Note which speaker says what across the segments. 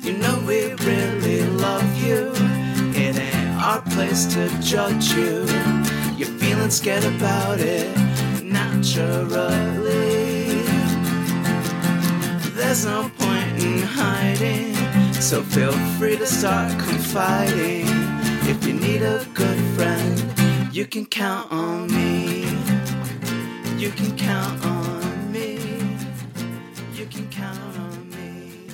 Speaker 1: You know we really love you. It ain't our place to judge you. You're feeling scared about it naturally. There's no point in hiding, so feel free to start confiding. If you need a good friend, you can count on me. You can count on me. You can count on me.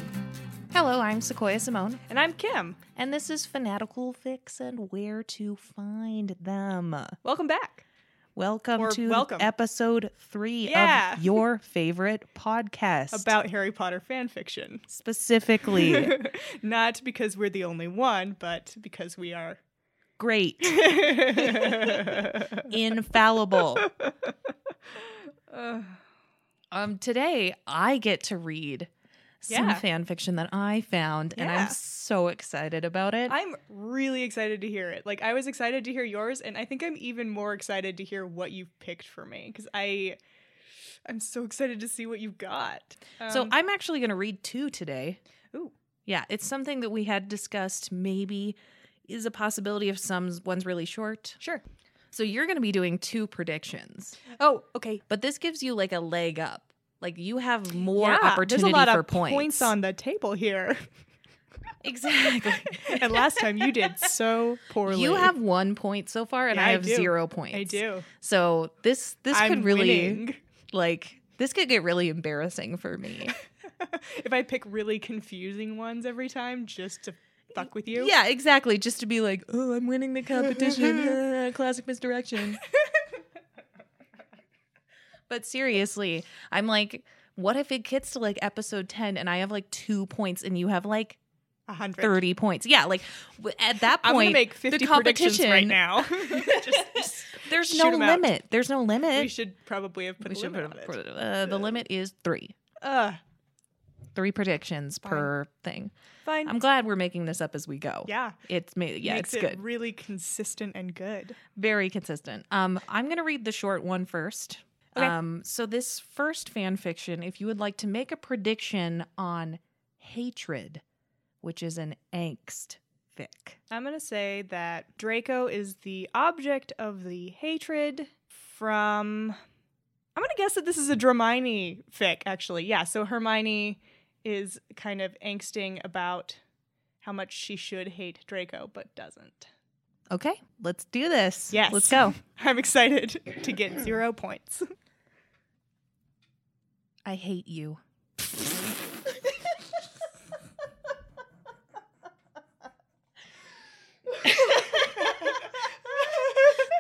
Speaker 2: Hello, I'm Sequoia Simone,
Speaker 3: And I'm Kim.
Speaker 2: and this is Fanatical Fix and Where to Find Them.
Speaker 3: Welcome back.
Speaker 2: Welcome
Speaker 3: Or
Speaker 2: to
Speaker 3: welcome.
Speaker 2: episode three
Speaker 3: Yeah.
Speaker 2: of your favorite podcast.
Speaker 3: About Harry Potter fan fiction.
Speaker 2: specifically
Speaker 3: Not because we're the only one, but because we are.
Speaker 2: great, infallible.
Speaker 3: Ugh.
Speaker 2: Um, today I get to read some
Speaker 3: Yeah.
Speaker 2: fan fiction that I found, and
Speaker 3: Yeah.
Speaker 2: I'm so excited about it.
Speaker 3: I'm really excited to hear it. Like I was excited to hear yours, and I think I'm even more excited to hear what you've picked for me because I, I'm so excited to see what you've got.
Speaker 2: so
Speaker 3: Um,
Speaker 2: I'm actually going to read two today.
Speaker 3: Ooh.
Speaker 2: Yeah, it's something that we had discussed. Maybe is a possibility if some one's really short.
Speaker 3: sure.
Speaker 2: So you're going to be doing two predictions,
Speaker 3: Oh, okay.
Speaker 2: but this gives you like a leg up. Like you have more
Speaker 3: Yeah,
Speaker 2: opportunity
Speaker 3: There's a lot
Speaker 2: for
Speaker 3: of points on the table here,
Speaker 2: exactly.
Speaker 3: and last time you did so poorly.
Speaker 2: you have one point so far, and
Speaker 3: Yeah,
Speaker 2: I
Speaker 3: I
Speaker 2: have
Speaker 3: do.
Speaker 2: zero points.
Speaker 3: I do.
Speaker 2: So this this
Speaker 3: I'm
Speaker 2: could really
Speaker 3: winning.
Speaker 2: like this could get really embarrassing for me.
Speaker 3: if I pick really confusing ones every time just to fuck with you.
Speaker 2: Yeah, exactly. Just to be like, oh, I'm winning the competition. Ah, classic misdirection. but seriously, I'm like, what if it gets to like episode 10 and I have like two points and you have like
Speaker 3: a hundred.
Speaker 2: 30 points? Yeah, like w- at that
Speaker 3: I'm
Speaker 2: point,
Speaker 3: gonna make
Speaker 2: the
Speaker 3: fifty predictions
Speaker 2: competition-
Speaker 3: right now. Just- just-
Speaker 2: There's
Speaker 3: Shoot
Speaker 2: no
Speaker 3: 'em out.
Speaker 2: limit. There's no
Speaker 3: we
Speaker 2: limit.
Speaker 3: should probably have put
Speaker 2: We
Speaker 3: a
Speaker 2: should
Speaker 3: limit on
Speaker 2: put-
Speaker 3: it.
Speaker 2: uh, the limit is three.
Speaker 3: Uh,
Speaker 2: Three predictions
Speaker 3: Fine.
Speaker 2: per thing.
Speaker 3: fine.
Speaker 2: I'm glad we're making this up as we go.
Speaker 3: yeah.
Speaker 2: It's ma- yeah,
Speaker 3: Makes
Speaker 2: it's
Speaker 3: it
Speaker 2: good.
Speaker 3: really consistent and good.
Speaker 2: very consistent. Um, I'm going to read the short one first.
Speaker 3: Okay.
Speaker 2: Um, so this first fan fiction, if you would like to make a prediction on hatred, which is an angst fic.
Speaker 3: I'm gonna say that Draco is the object of the hatred from. I'm gonna guess that this is a Dramini fic, actually. Yeah, so Hermione is kind of angsting about how much she should hate Draco, but doesn't.
Speaker 2: Okay, let's do this.
Speaker 3: Yes.
Speaker 2: let's go.
Speaker 3: I'm excited to get zero points.
Speaker 2: I hate you.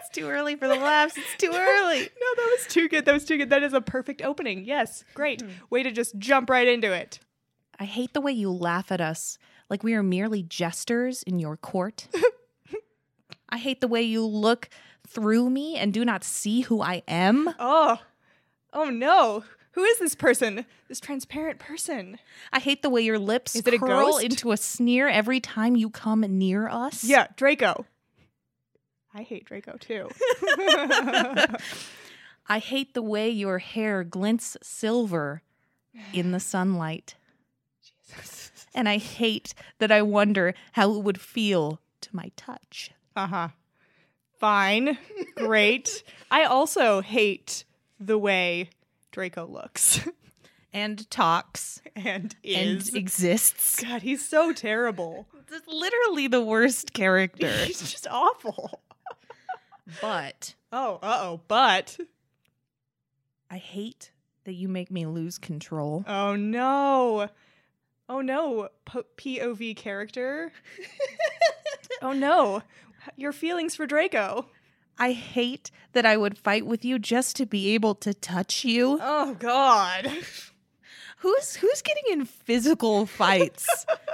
Speaker 2: It's too early for the laughs. It's too early.
Speaker 3: No, that was too good. That was too good. That is a perfect opening. Yes, great.
Speaker 2: Mm.
Speaker 3: Way to just jump right into it.
Speaker 2: I hate the way you laugh at us like we are merely jesters in your court. I hate the way you look through me and do not see who I am.
Speaker 3: Oh, oh no. Who is this person? This transparent person?
Speaker 2: I hate the way your lips
Speaker 3: Is it a
Speaker 2: curl
Speaker 3: ghost?
Speaker 2: into a sneer every time you come near us.
Speaker 3: Yeah, Draco. I hate Draco too.
Speaker 2: I hate the way your hair glints silver in the sunlight. And I hate that I wonder how it would feel to my touch.
Speaker 3: uh huh. Fine. Great. I also hate the way Draco looks
Speaker 2: And talks
Speaker 3: and is.
Speaker 2: and exists.
Speaker 3: God, he's so terrible.
Speaker 2: That's literally the worst character.
Speaker 3: he's just awful.
Speaker 2: but
Speaker 3: Oh, uh oh, but.
Speaker 2: I hate that you make me lose control.
Speaker 3: Oh no. Oh no, P- POV character. oh no, your feelings for Draco.
Speaker 2: I hate that I would fight with you just to be able to touch you.
Speaker 3: Oh god.
Speaker 2: Who's who's getting in physical fights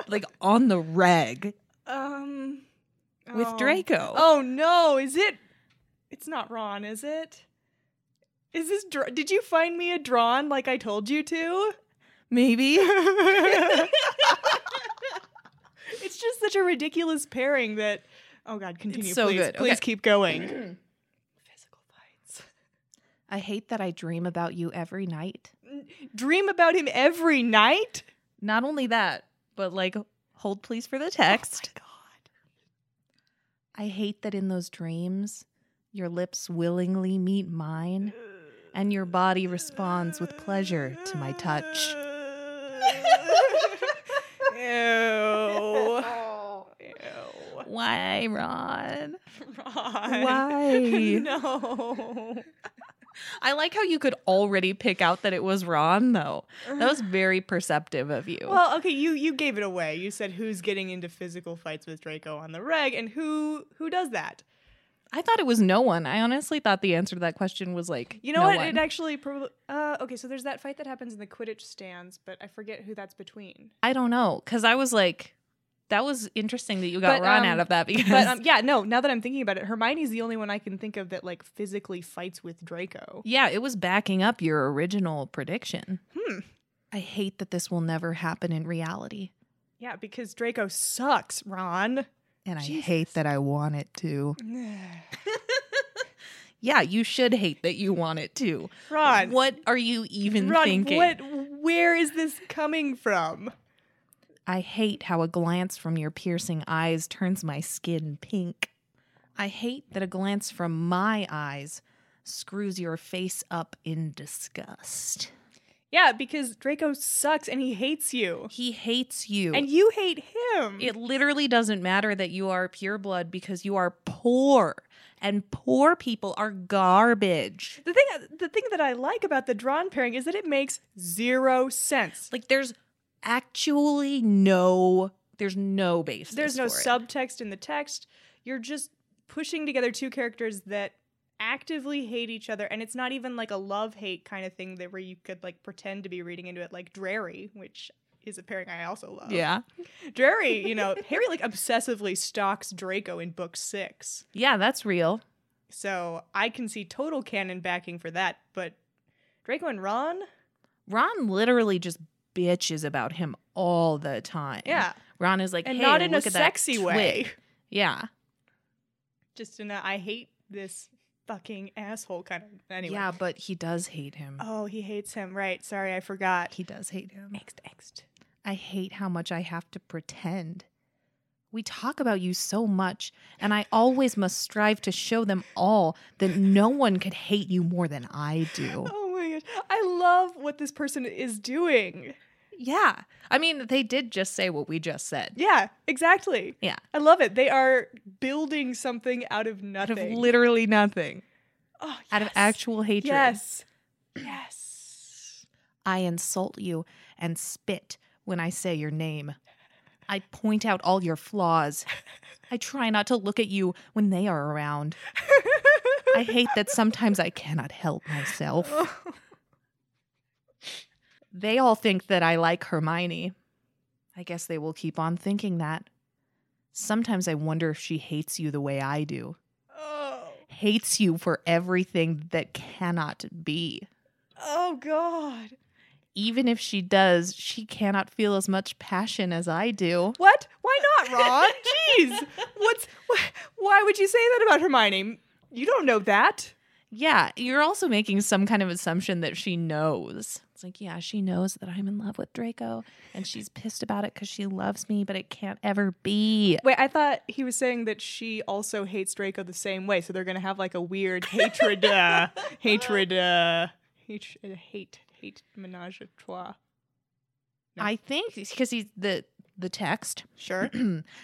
Speaker 2: like on the reg
Speaker 3: Um.
Speaker 2: with
Speaker 3: oh.
Speaker 2: Draco?
Speaker 3: Oh no, is it? It's not Ron, is it? Is this? Dr- Did you find me a Drawn like I told you to?
Speaker 2: Maybe.
Speaker 3: It's just such a ridiculous pairing that. Oh god, continue.
Speaker 2: so
Speaker 3: please.
Speaker 2: good.
Speaker 3: Please
Speaker 2: Okay.
Speaker 3: keep going. Physical fights.
Speaker 2: I hate that I dream about you every night.
Speaker 3: dream about him every night?
Speaker 2: Not only that, but like Hold please for the text.
Speaker 3: Oh my god.
Speaker 2: Oh I hate that in those dreams, your lips willingly meet mine and your body responds with pleasure to my touch.
Speaker 3: Ew. Ew.
Speaker 2: Why, Ron?
Speaker 3: Ron.
Speaker 2: Why?
Speaker 3: no.
Speaker 2: I like how you could already pick out that it was Ron, though. That was very perceptive of you.
Speaker 3: Well, okay, you you gave it away. You said who's getting into physical fights with Draco on the reg, and who who does that?
Speaker 2: I thought it was no one. I honestly thought the answer to that question was like,
Speaker 3: You know
Speaker 2: no
Speaker 3: what?
Speaker 2: one.
Speaker 3: It actually probably. Uh, okay, so there's that fight that happens in the Quidditch stands, but I forget who that's between.
Speaker 2: I don't know. Cause I was like, that was interesting that you got
Speaker 3: But,
Speaker 2: Ron
Speaker 3: um,
Speaker 2: out of that because
Speaker 3: But um, yeah, no. Now that I'm thinking about it, Hermione's the only one I can think of that like physically fights with Draco.
Speaker 2: yeah, it was backing up your original prediction.
Speaker 3: Hmm.
Speaker 2: I hate that this will never happen in reality.
Speaker 3: Yeah, because Draco sucks, Ron.
Speaker 2: And I
Speaker 3: Jesus.
Speaker 2: hate that I want it to. Yeah, you should hate that you want it to.
Speaker 3: Ron,
Speaker 2: What are you even
Speaker 3: Ron,
Speaker 2: thinking?
Speaker 3: what? Where is this coming from?
Speaker 2: I hate how a glance from your piercing eyes turns my skin pink. I hate that a glance from my eyes screws your face up in disgust.
Speaker 3: Yeah, because Draco sucks and he hates you.
Speaker 2: He hates you.
Speaker 3: And you hate him.
Speaker 2: it literally doesn't matter that you are pureblood because you are poor, and poor people are garbage.
Speaker 3: the thing the thing that I like about the drawn pairing is that it makes zero sense.
Speaker 2: Like, there's actually no, there's no basis.
Speaker 3: There's no
Speaker 2: for it.
Speaker 3: subtext in the text. You're just pushing together two characters that actively hate each other and it's not even like a love hate kind of thing that where you could like pretend to be reading into it like Drary, which is a pairing I also love.
Speaker 2: Yeah.
Speaker 3: Drary, you know, Harry like obsessively stalks Draco in book 6.
Speaker 2: Yeah, that's real.
Speaker 3: So I can see total canon backing for that, but Draco and Ron?
Speaker 2: Ron literally just bitches about him all the time.
Speaker 3: Yeah.
Speaker 2: Ron is like,
Speaker 3: And
Speaker 2: "Hey,
Speaker 3: not in a
Speaker 2: look at that
Speaker 3: sexy way.
Speaker 2: twig." Yeah.
Speaker 3: Just in a I hate this fucking asshole kind of anyway.
Speaker 2: Yeah, but he does hate him.
Speaker 3: Oh, he hates him. Right. Sorry, I forgot.
Speaker 2: He does hate him.
Speaker 3: Next, next.
Speaker 2: I hate how much I have to pretend. We talk about you so much, and I always must strive to show them all that no one could hate you more than I do.
Speaker 3: Oh my gosh. I love what this person is doing.
Speaker 2: Yeah. I mean, they did just say what we just said.
Speaker 3: Yeah, exactly.
Speaker 2: Yeah.
Speaker 3: I love it. They are building something out of
Speaker 2: Out of
Speaker 3: nothing.
Speaker 2: literally nothing.
Speaker 3: oh, yes.
Speaker 2: Out of actual hatred.
Speaker 3: Yes. Yes.
Speaker 2: I insult you and spit when I say your name. I point out all your flaws. I try not to look at you when they are around. I hate that sometimes I cannot help myself. They all think that I like Hermione. I guess they will keep on thinking that. Sometimes I wonder if she hates you the way I do.
Speaker 3: oh.
Speaker 2: Hates you for everything that cannot be.
Speaker 3: Oh God.
Speaker 2: Even if she does, she cannot feel as much passion as I do.
Speaker 3: What? Why not, Ron? Jeez. What's wh- why would you say that about Hermione? You don't know that.
Speaker 2: Yeah, you're also making some kind of assumption that she knows. It's like, yeah, she knows that I'm in love with Draco and she's pissed about it because she loves me, but it can't ever be.
Speaker 3: Wait, I thought he was saying that she also hates Draco the same way, so they're gonna have like a weird hatred, uh, hatred, uh, hate, hate, hate menage a trois. No.
Speaker 2: I think because he's the the text
Speaker 3: Sure.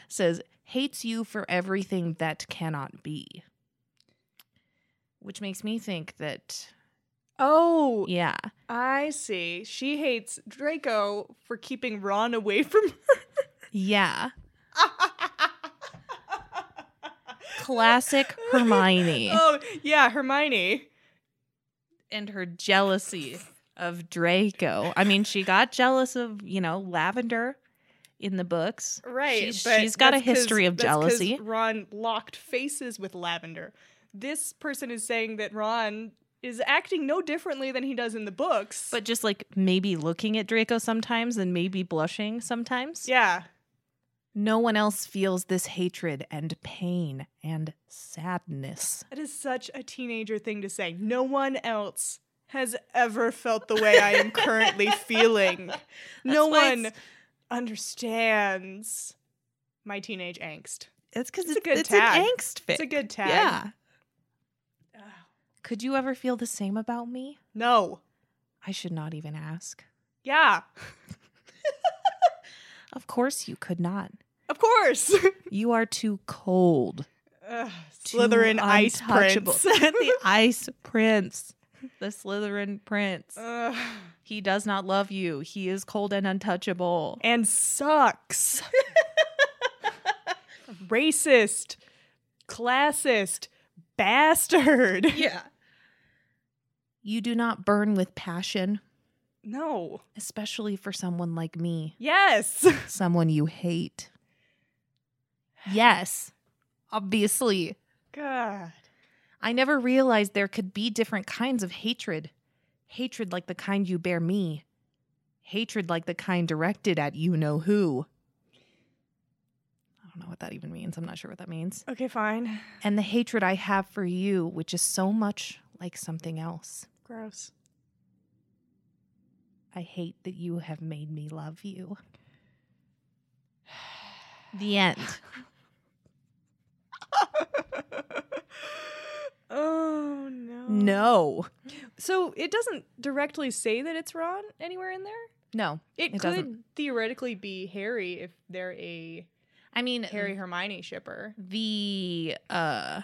Speaker 2: says hates you for everything that cannot be. Which makes me think that
Speaker 3: Oh,
Speaker 2: yeah.
Speaker 3: I see. She hates Draco for keeping Ron away from
Speaker 2: Yeah.
Speaker 3: her.
Speaker 2: Classic Hermione
Speaker 3: oh, yeah, Hermione.
Speaker 2: and her jealousy of Draco. I mean, she got jealous of, you know, Lavender in the books.
Speaker 3: Right.
Speaker 2: She's-
Speaker 3: but
Speaker 2: she's got a
Speaker 3: that's 'cause-
Speaker 2: history of
Speaker 3: that's 'cause
Speaker 2: jealousy.
Speaker 3: Ron locked faces with Lavender. This person is saying that Ron is acting no differently than he does in the books.
Speaker 2: But just like maybe looking at Draco sometimes and maybe blushing sometimes.
Speaker 3: yeah.
Speaker 2: No one else feels this hatred and pain and sadness.
Speaker 3: That is such a teenager thing to say. No one else has ever felt the way I am currently feeling.
Speaker 2: That's
Speaker 3: No
Speaker 2: why
Speaker 3: one
Speaker 2: it's-
Speaker 3: understands my teenage angst.
Speaker 2: That's because
Speaker 3: It's a
Speaker 2: it's,
Speaker 3: good
Speaker 2: it's
Speaker 3: tag.
Speaker 2: an angst fit.
Speaker 3: It's a good tag.
Speaker 2: Yeah.
Speaker 3: Ugh.
Speaker 2: Could you ever feel the same about me?
Speaker 3: No.
Speaker 2: I should not even ask.
Speaker 3: Yeah.
Speaker 2: Of course you could not.
Speaker 3: Of course.
Speaker 2: You are too cold.
Speaker 3: Ugh,
Speaker 2: too
Speaker 3: Slytherin ice
Speaker 2: untouchable.
Speaker 3: prince.
Speaker 2: the ice prince. The Slytherin prince.
Speaker 3: Ugh.
Speaker 2: He does not love you. He is cold and untouchable.
Speaker 3: and sucks. Racist, classist, bastard.
Speaker 2: Yeah. You do not burn with passion,
Speaker 3: No.
Speaker 2: especially for someone like me,
Speaker 3: Yes.
Speaker 2: someone you hate. Yes, obviously.
Speaker 3: God.
Speaker 2: I never realized there could be different kinds of hatred. Hatred like the kind you bear me. Hatred like the kind directed at you know who. I don't know what that even means. I'm not sure what that means.
Speaker 3: Okay, fine.
Speaker 2: And the hatred I have for you, which is so much like something else.
Speaker 3: Gross.
Speaker 2: I hate that you have made me love you. The end.
Speaker 3: oh no.
Speaker 2: No.
Speaker 3: So it doesn't directly say that it's Ron anywhere in there.
Speaker 2: No.
Speaker 3: It,
Speaker 2: It
Speaker 3: could
Speaker 2: doesn't.
Speaker 3: theoretically be Harry if they're a
Speaker 2: I mean,
Speaker 3: Harry Hermione shipper.
Speaker 2: the uh,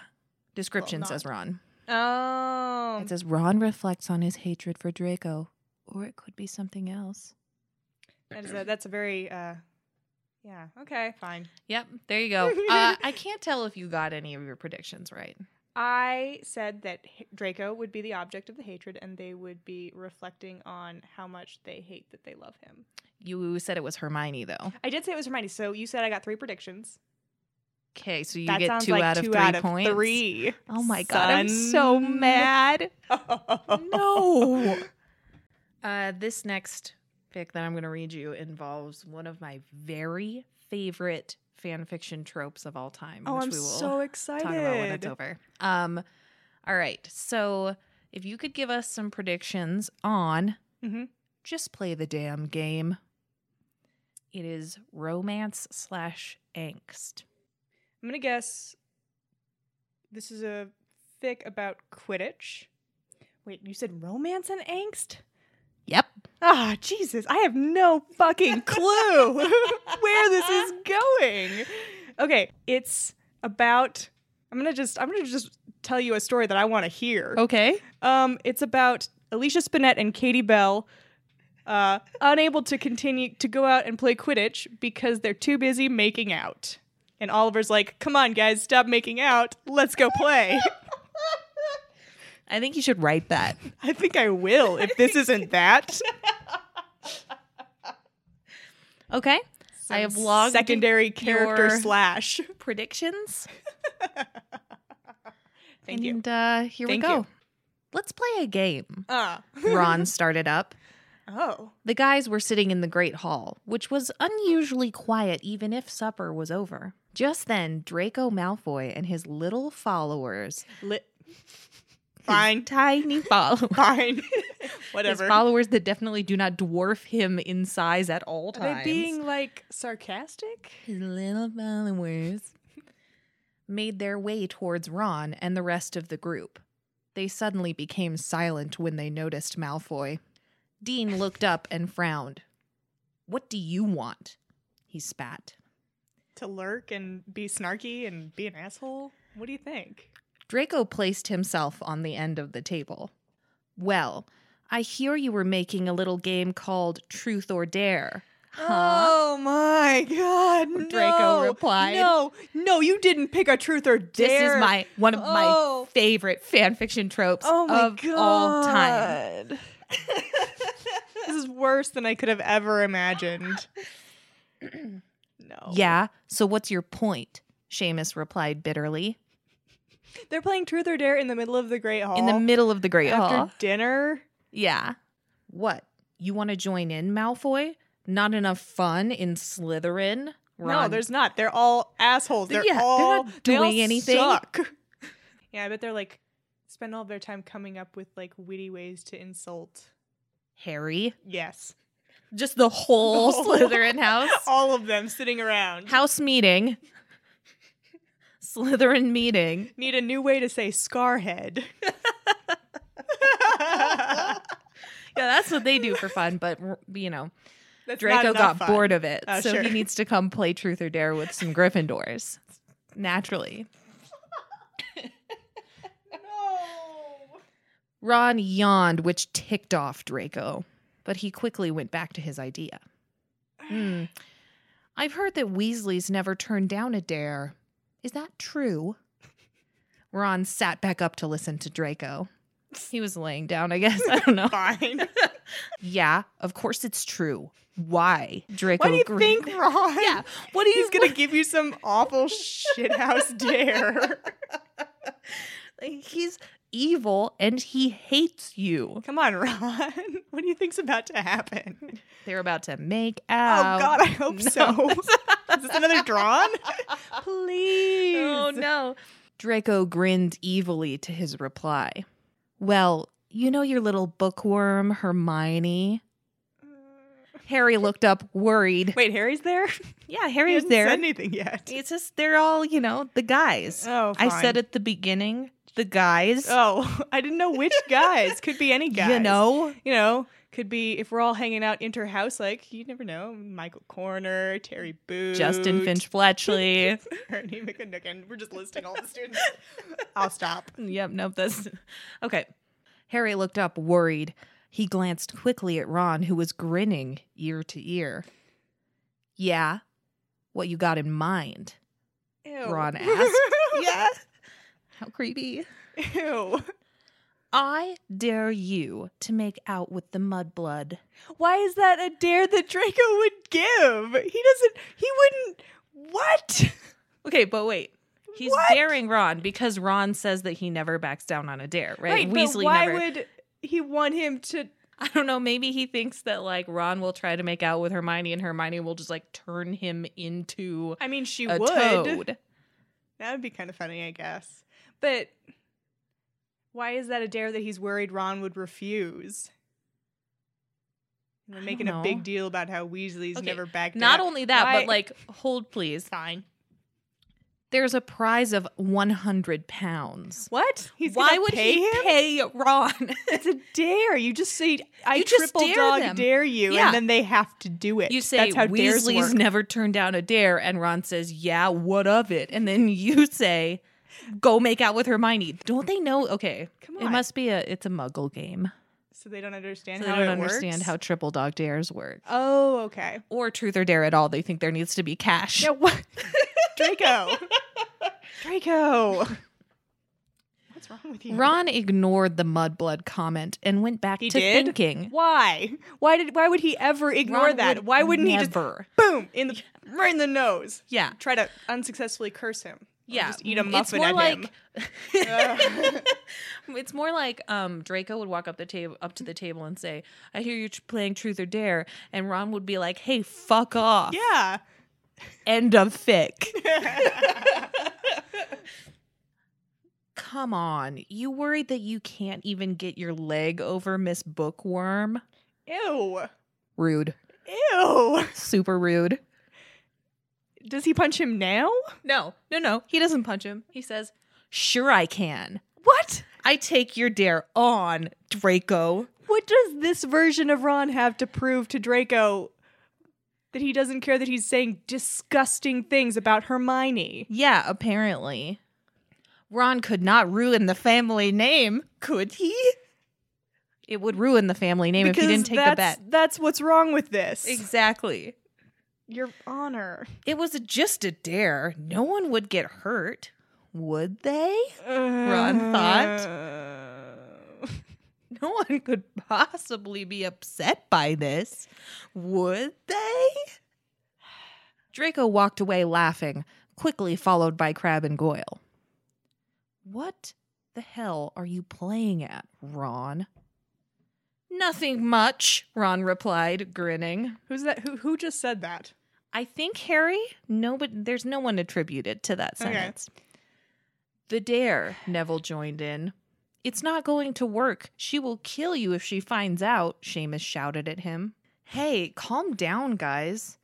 Speaker 2: description
Speaker 3: Well,
Speaker 2: says
Speaker 3: not-
Speaker 2: Ron.
Speaker 3: Oh.
Speaker 2: It says Ron reflects on his hatred for Draco, or it could be something else.
Speaker 3: That is a, that's a very uh yeah, okay, fine.
Speaker 2: Yep, there you go. Uh, I can't tell if you got any of your predictions right.
Speaker 3: I said that H- Draco would be the object of the hatred and they would be reflecting on how much they hate that they love him.
Speaker 2: You said it was Hermione, though.
Speaker 3: I did say it was Hermione, so you said I got 3 predictions.
Speaker 2: Okay, so you
Speaker 3: that
Speaker 2: get
Speaker 3: sounds
Speaker 2: two
Speaker 3: like
Speaker 2: out of
Speaker 3: two
Speaker 2: three
Speaker 3: out of
Speaker 2: points.
Speaker 3: three.
Speaker 2: Oh my god, I'm so
Speaker 3: Son.
Speaker 2: mad.
Speaker 3: Oh,
Speaker 2: No. Uh, this next fic that I'm going to read you involves one of my very favorite fan fiction tropes of all time,
Speaker 3: Oh,
Speaker 2: which
Speaker 3: I'm
Speaker 2: we will
Speaker 3: so excited.
Speaker 2: talk about when it's over. Um, all right. So if you could give us some predictions on
Speaker 3: Mhm.
Speaker 2: just play the damn game. It is romance slash angst.
Speaker 3: I'm gonna guess this is a fic about Quidditch. Wait, you said romance and angst?
Speaker 2: Yep.
Speaker 3: Ah, Jesus, I have no fucking clue where this is going. Okay, it's about I'm going to just I'm going to just tell you a story that I want to hear.
Speaker 2: Okay.
Speaker 3: Um it's about Alicia Spinett and Katie Bell uh unable to continue to go out and play Quidditch because they're too busy making out. And Oliver's like, "Come on guys, stop making out. Let's go play."
Speaker 2: I think you should write that.
Speaker 3: I think I will if this isn't that.
Speaker 2: Okay. I have logged
Speaker 3: secondary character
Speaker 2: your-
Speaker 3: slash.
Speaker 2: predictions.
Speaker 3: Thank
Speaker 2: and
Speaker 3: you.
Speaker 2: uh, here
Speaker 3: Thank
Speaker 2: we go.
Speaker 3: you.
Speaker 2: Let's play a game.
Speaker 3: Ah.
Speaker 2: Ron started up.
Speaker 3: oh.
Speaker 2: The guys were sitting in the great hall, which was unusually quiet even if supper was over. Just then, Draco Malfoy and his little followers,
Speaker 3: Lit. Fine.
Speaker 2: tiny followers,
Speaker 3: Fine.
Speaker 2: his
Speaker 3: Whatever.
Speaker 2: followers that definitely do not dwarf him in size at all
Speaker 3: Are they
Speaker 2: times.
Speaker 3: being like sarcastic?
Speaker 2: his little followers made their way towards Ron and the rest of the group. They suddenly became silent when they noticed Malfoy. Dean looked up and frowned. What do you want? He spat.
Speaker 3: To lurk and be snarky and be an asshole? What do you think?
Speaker 2: Draco placed himself on the end of the table. Well, I hear you were making a little game called Truth or Dare.
Speaker 3: Oh my god.
Speaker 2: Draco
Speaker 3: no.
Speaker 2: replied.
Speaker 3: No, no, you didn't pick a truth or dare.
Speaker 2: This is my one of
Speaker 3: Oh.
Speaker 2: my favorite fanfiction tropes
Speaker 3: oh my
Speaker 2: of
Speaker 3: god.
Speaker 2: all time.
Speaker 3: this is worse than I could have ever imagined. no.
Speaker 2: Yeah, so what's your point? Seamus replied bitterly.
Speaker 3: They're playing Truth or Dare in the middle of the Great Hall.
Speaker 2: In the middle of the Great
Speaker 3: after
Speaker 2: Hall.
Speaker 3: dinner.
Speaker 2: Yeah. What? You want to join in, Malfoy? Not enough fun in Slytherin?
Speaker 3: No,
Speaker 2: Ron-
Speaker 3: there's not. They're all assholes. They're
Speaker 2: Yeah, they're
Speaker 3: all
Speaker 2: not
Speaker 3: they all
Speaker 2: doing anything.
Speaker 3: suck. Yeah, I bet they're like spend all of their time coming up with like witty ways to insult.
Speaker 2: Harry.
Speaker 3: Yes.
Speaker 2: Just the whole
Speaker 3: The whole-
Speaker 2: Slytherin house.
Speaker 3: All of them sitting around.
Speaker 2: House meeting. Slytherin meeting.
Speaker 3: Need a new way to say scarhead.
Speaker 2: Yeah, that's what they do for fun, but you know,
Speaker 3: That's not
Speaker 2: Draco
Speaker 3: enough
Speaker 2: got
Speaker 3: fun.
Speaker 2: bored of it.
Speaker 3: Oh,
Speaker 2: so
Speaker 3: sure.
Speaker 2: he needs to come play truth or dare with some Gryffindors. Naturally.
Speaker 3: No.
Speaker 2: Ron yawned, which ticked off Draco, but he quickly went back to his idea. Hmm. I've heard that Weasleys never turn down a dare. Is that true? Ron sat back up to listen to Draco. He was laying down, I guess. I don't know.
Speaker 3: Fine.
Speaker 2: yeah, of course it's true. Why? Draco
Speaker 3: Why do you
Speaker 2: agreed.
Speaker 3: think, Ron?
Speaker 2: Yeah. What do you
Speaker 3: He's gonna give you some awful shithouse dare.
Speaker 2: He's evil and he hates you.
Speaker 3: Come on, Ron. What do you think's about to happen?
Speaker 2: They're about to make
Speaker 3: Oh
Speaker 2: out.
Speaker 3: God, I hope
Speaker 2: no.
Speaker 3: so. Is this another Drawn? Please.
Speaker 2: Oh no. Draco grinned evilly to his reply. Well, you know your little bookworm, Hermione. Harry looked up, worried.
Speaker 3: Mm. Wait, Harry's there.
Speaker 2: Yeah,
Speaker 3: He
Speaker 2: Harry's
Speaker 3: hasn't
Speaker 2: there.
Speaker 3: Said anything yet?
Speaker 2: it's just they're all, you know, the guys.
Speaker 3: Oh,
Speaker 2: I said at the beginning, the guys.
Speaker 3: Oh, I didn't know which guys. Could be any guys.
Speaker 2: You know,
Speaker 3: You know. Could be if we're all hanging out inter house, like you never know. Michael Corner, Terry Booth,
Speaker 2: Justin Finch Fletchley.
Speaker 3: Ernie McNookin. We're just listing all the students. I'll stop.
Speaker 2: Yep, nope, that's okay. Harry looked up, worried. He glanced quickly at Ron, who was grinning ear to ear. Yeah, what you got in mind?
Speaker 3: Ew.
Speaker 2: Ron asked.
Speaker 3: yeah.
Speaker 2: How creepy.
Speaker 3: Ew.
Speaker 2: I dare you to make out with the mudblood.
Speaker 3: Why is that a dare that Draco would give? He doesn't. He wouldn't. What?
Speaker 2: Okay, but wait. He's
Speaker 3: What?
Speaker 2: daring Ron because Ron says that he never backs down on a dare, right?
Speaker 3: but why would he want him to?
Speaker 2: I don't know, maybe he thinks that like Ron will try to make out with Hermione and Hermione will just like turn him into
Speaker 3: I mean, she
Speaker 2: a
Speaker 3: would.
Speaker 2: toad.
Speaker 3: That would be kind of funny, I guess. But why is that a dare that he's worried Ron would refuse? And
Speaker 2: I
Speaker 3: We're
Speaker 2: don't
Speaker 3: making a
Speaker 2: know.
Speaker 3: big deal about how Weasley's
Speaker 2: Okay,
Speaker 3: never backed
Speaker 2: Not
Speaker 3: down.
Speaker 2: only that,
Speaker 3: Why-
Speaker 2: but like, hold please.
Speaker 3: fine.
Speaker 2: There's a prize of 100 pounds.
Speaker 3: What? He's
Speaker 2: Why
Speaker 3: gonna
Speaker 2: would
Speaker 3: pay
Speaker 2: he
Speaker 3: him?
Speaker 2: pay Ron?
Speaker 3: It's a dare. You just say I
Speaker 2: You just
Speaker 3: triple
Speaker 2: dare
Speaker 3: dog
Speaker 2: them.
Speaker 3: dare you,
Speaker 2: Yeah.
Speaker 3: and then they have to do it.
Speaker 2: you say
Speaker 3: That's how dares
Speaker 2: Weasley's
Speaker 3: work.
Speaker 2: never turned down a dare, and Ron says, "Yeah, what of it?" And then you say, "Go make out with Hermione." Don't they know? Okay,
Speaker 3: Come
Speaker 2: it
Speaker 3: on.
Speaker 2: must be a it's a Muggle game,
Speaker 3: so they don't understand
Speaker 2: so they
Speaker 3: how
Speaker 2: don't
Speaker 3: it
Speaker 2: understand
Speaker 3: works?
Speaker 2: how triple dog dares work,
Speaker 3: Oh, okay.
Speaker 2: or truth or dare at all. They think there needs to be cash.
Speaker 3: Now what? Draco. Draco. What's wrong with you?
Speaker 2: Ron ignored the mudblood comment and went back
Speaker 3: He
Speaker 2: to
Speaker 3: did?
Speaker 2: thinking.
Speaker 3: Why? Why did? Why would he ever ignore
Speaker 2: Ron
Speaker 3: that?
Speaker 2: would
Speaker 3: why wouldn't he just
Speaker 2: never?
Speaker 3: boom in the right in the nose?
Speaker 2: Yeah,
Speaker 3: Try to unsuccessfully curse him. Or
Speaker 2: yeah.
Speaker 3: Just eat a muffin
Speaker 2: it's more
Speaker 3: at
Speaker 2: like,
Speaker 3: him. Ugh.
Speaker 2: it's more like um, Draco would walk up the table up to the table and say, "I hear you're tr- playing Truth or Dare," and Ron would be like, "Hey, fuck off."
Speaker 3: yeah.
Speaker 2: End of fic. Come on, you worried that you can't even get your leg over Miss Bookworm?
Speaker 3: Ew.
Speaker 2: Rude,
Speaker 3: Ew.
Speaker 2: super rude.
Speaker 3: Does he punch him now?
Speaker 2: No, no, no. He doesn't punch him. He says, "Sure, I can.
Speaker 3: What?
Speaker 2: I take your dare on, Draco."
Speaker 3: What does this version of Ron have to prove to Draco that he doesn't care that he's saying disgusting things about Hermione?
Speaker 2: Yeah, apparently. Ron could not ruin the family name, could he? It would ruin the family name if he didn't take the
Speaker 3: that's,
Speaker 2: bet.
Speaker 3: that's what's wrong with this.
Speaker 2: Exactly.
Speaker 3: Your honor.
Speaker 2: It was just a dare. No one would get hurt, would they? Ron
Speaker 3: thought.
Speaker 2: No one could possibly be upset by this, would they? Draco walked away laughing, quickly followed by Crab and Goyle. What the hell are you playing at, Ron? Nothing much, Ron replied, grinning.
Speaker 3: Who's that? Who who just said that?
Speaker 2: I think Harry. No, but there's no one attributed to that
Speaker 3: Okay.
Speaker 2: sentence. The dare, Neville joined in. It's not going to work. She will kill you if she finds out, Seamus shouted at him. hey, calm down, guys.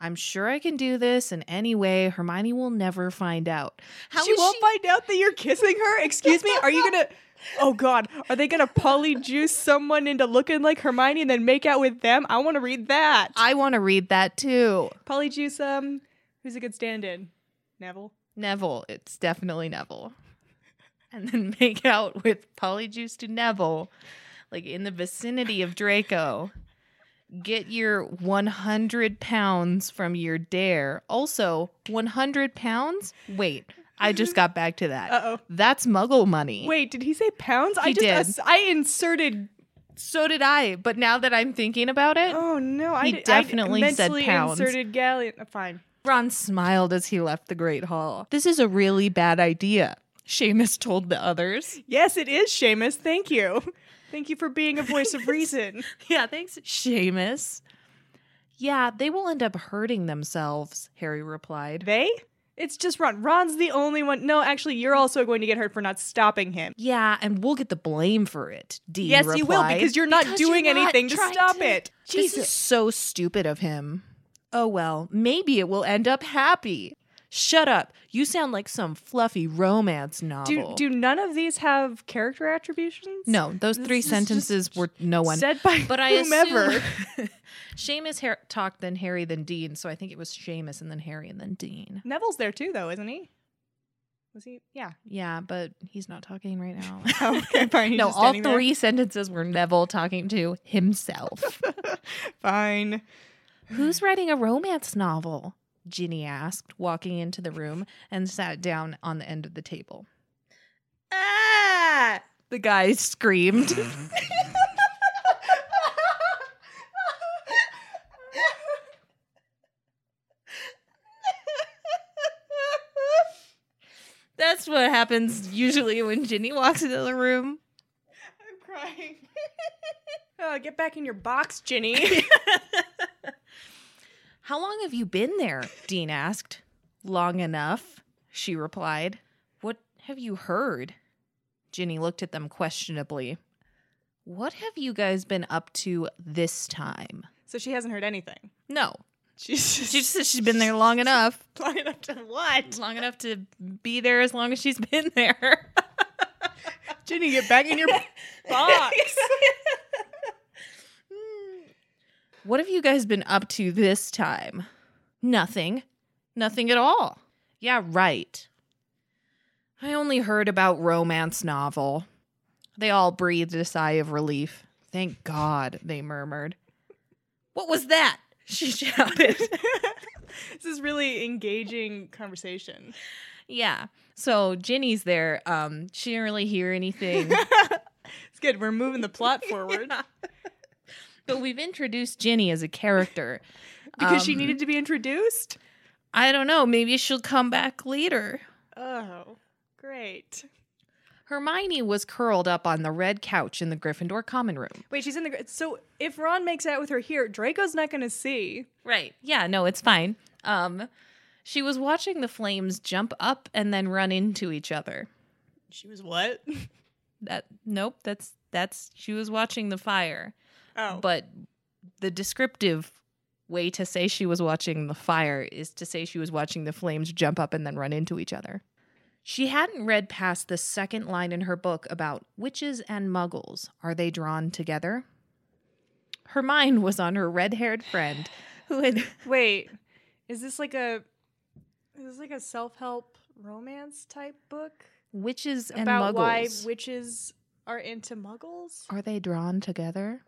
Speaker 2: I'm sure I can do this in any way. Hermione will never find out. How
Speaker 3: she
Speaker 2: is
Speaker 3: won't find out that you're kissing her. Excuse me. Are you gonna? Oh God, are they gonna polyjuice someone into looking like Hermione and then make out with them? I want to read that.
Speaker 2: I want to read that too.
Speaker 3: Polyjuice. Um, who's a good stand-in? Neville.
Speaker 2: Neville. It's definitely Neville. And then make out with Polyjuice to Neville, like in the vicinity of Draco. Get your 100 pounds from your dare. Also, 100 pounds? Wait, I just got back to that.
Speaker 3: Uh oh.
Speaker 2: That's muggle money.
Speaker 3: Wait, did he say pounds? I
Speaker 2: He
Speaker 3: just
Speaker 2: did.
Speaker 3: ass- I inserted.
Speaker 2: So did I, but now that I'm thinking about it,
Speaker 3: Oh no, I
Speaker 2: He
Speaker 3: did-
Speaker 2: definitely
Speaker 3: I
Speaker 2: said
Speaker 3: mentally
Speaker 2: pounds.
Speaker 3: Inserted galleon. uh, Fine.
Speaker 2: Ron smiled as he left the Great Hall. This is a really bad idea, Seamus told the others.
Speaker 3: Yes, it is Seamus. Thank you. Thank you for being a voice of reason.
Speaker 2: Yeah, thanks, Seamus. Yeah, they will end up hurting themselves, Harry replied.
Speaker 3: they? It's just Ron. Ron's the only one. No, actually, you're also going to get hurt for not stopping him.
Speaker 2: Yeah, and we'll get the blame for it, Dean
Speaker 3: Yes, you will
Speaker 2: replied.
Speaker 3: because you're not
Speaker 2: Because
Speaker 3: doing
Speaker 2: you're not
Speaker 3: anything to
Speaker 2: trying
Speaker 3: stop
Speaker 2: to-
Speaker 3: it.
Speaker 2: This is so stupid of him. Oh well, maybe it will end up happy. Shut up. You sound like some fluffy romance
Speaker 3: Do
Speaker 2: novel.
Speaker 3: do none of these have character attributions?
Speaker 2: no, those
Speaker 3: This
Speaker 2: three
Speaker 3: is just
Speaker 2: sentences were no one.
Speaker 3: Said by
Speaker 2: But I
Speaker 3: whomever.
Speaker 2: assume Seamus Har- talked, then Harry, then Dean. So I think it was Seamus and then Harry and then Dean.
Speaker 3: Neville's there too, though, isn't he? Was he? Yeah. Oh,
Speaker 2: Yeah, but he's not talking right now.
Speaker 3: Okay, fine. he's
Speaker 2: no,
Speaker 3: just
Speaker 2: all
Speaker 3: standing there.
Speaker 2: three sentences were Neville talking to himself.
Speaker 3: Fine.
Speaker 2: Who's writing a romance novel? Ginny asked, walking into the room and sat down on the end of the table. Ah! The guy screamed. That's what happens usually when Ginny walks into the room.
Speaker 3: I'm crying. oh, get back in your box, Ginny.
Speaker 2: How long have you been there? Dean asked. Long enough, she replied. What have you heard? Ginny looked at them questionably. What have you guys been up to this time?
Speaker 3: so she hasn't heard anything.
Speaker 2: No.
Speaker 3: She's just,
Speaker 2: She just says she's been there long enough.
Speaker 3: lying up to what?
Speaker 2: Long enough to be there as long as she's been there.
Speaker 3: Ginny, get back in your box.
Speaker 2: What have you guys been up to this time? Nothing. Nothing at all. Yeah, right. I only heard about romance novel. They all breathed a sigh of relief. Thank God, they murmured. What was that? She shouted.
Speaker 3: this is really engaging conversation.
Speaker 2: yeah. So Ginny's there. Um, she didn't really hear anything.
Speaker 3: It's good. We're moving the plot forward
Speaker 2: but we've introduced Ginny as a character.
Speaker 3: because she
Speaker 2: Um,
Speaker 3: needed to be introduced.
Speaker 2: I don't know, maybe she'll come back later.
Speaker 3: Oh, great.
Speaker 2: Hermione was curled up on the red couch in the Gryffindor common room.
Speaker 3: Wait, she's in the. gr- So if Ron makes out with her here, Draco's not going to see.
Speaker 2: Right. Yeah, no, it's fine. Um she was watching the flames jump up and then run into each other.
Speaker 3: She was what?
Speaker 2: That nope, that's that's she was watching the fire.
Speaker 3: Oh,
Speaker 2: But the descriptive way to say she was watching the fire is to say she was watching the flames jump up and then run into each other. She hadn't read past the second line in her book about witches and muggles. Are they drawn together? Her mind was on her red haired friend who had.
Speaker 3: wait. Is this like a? Is this like a self help romance type book
Speaker 2: Witches and
Speaker 3: about why
Speaker 2: muggles.
Speaker 3: witches are into muggles?
Speaker 2: are they drawn together?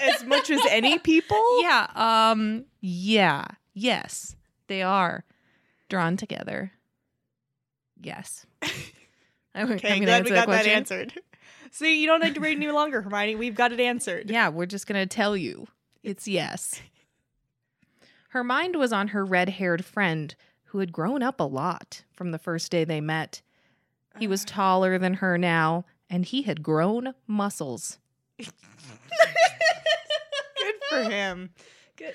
Speaker 3: as much as any people?
Speaker 2: Yeah. Um. Yeah. Yes, they are drawn together. Yes. I'm, I'm
Speaker 3: Okay,
Speaker 2: gonna
Speaker 3: glad we
Speaker 2: that
Speaker 3: got that
Speaker 2: question.
Speaker 3: answered. See, you don't need to read any longer, Hermione. We've got it answered.
Speaker 2: Yeah, we're just gonna tell you it's yes. Her mind was on her red-haired friend who had grown up a lot from the first day they met. He
Speaker 3: Uh.
Speaker 2: was taller than her now, and he had grown muscles.
Speaker 3: Good for him. Good.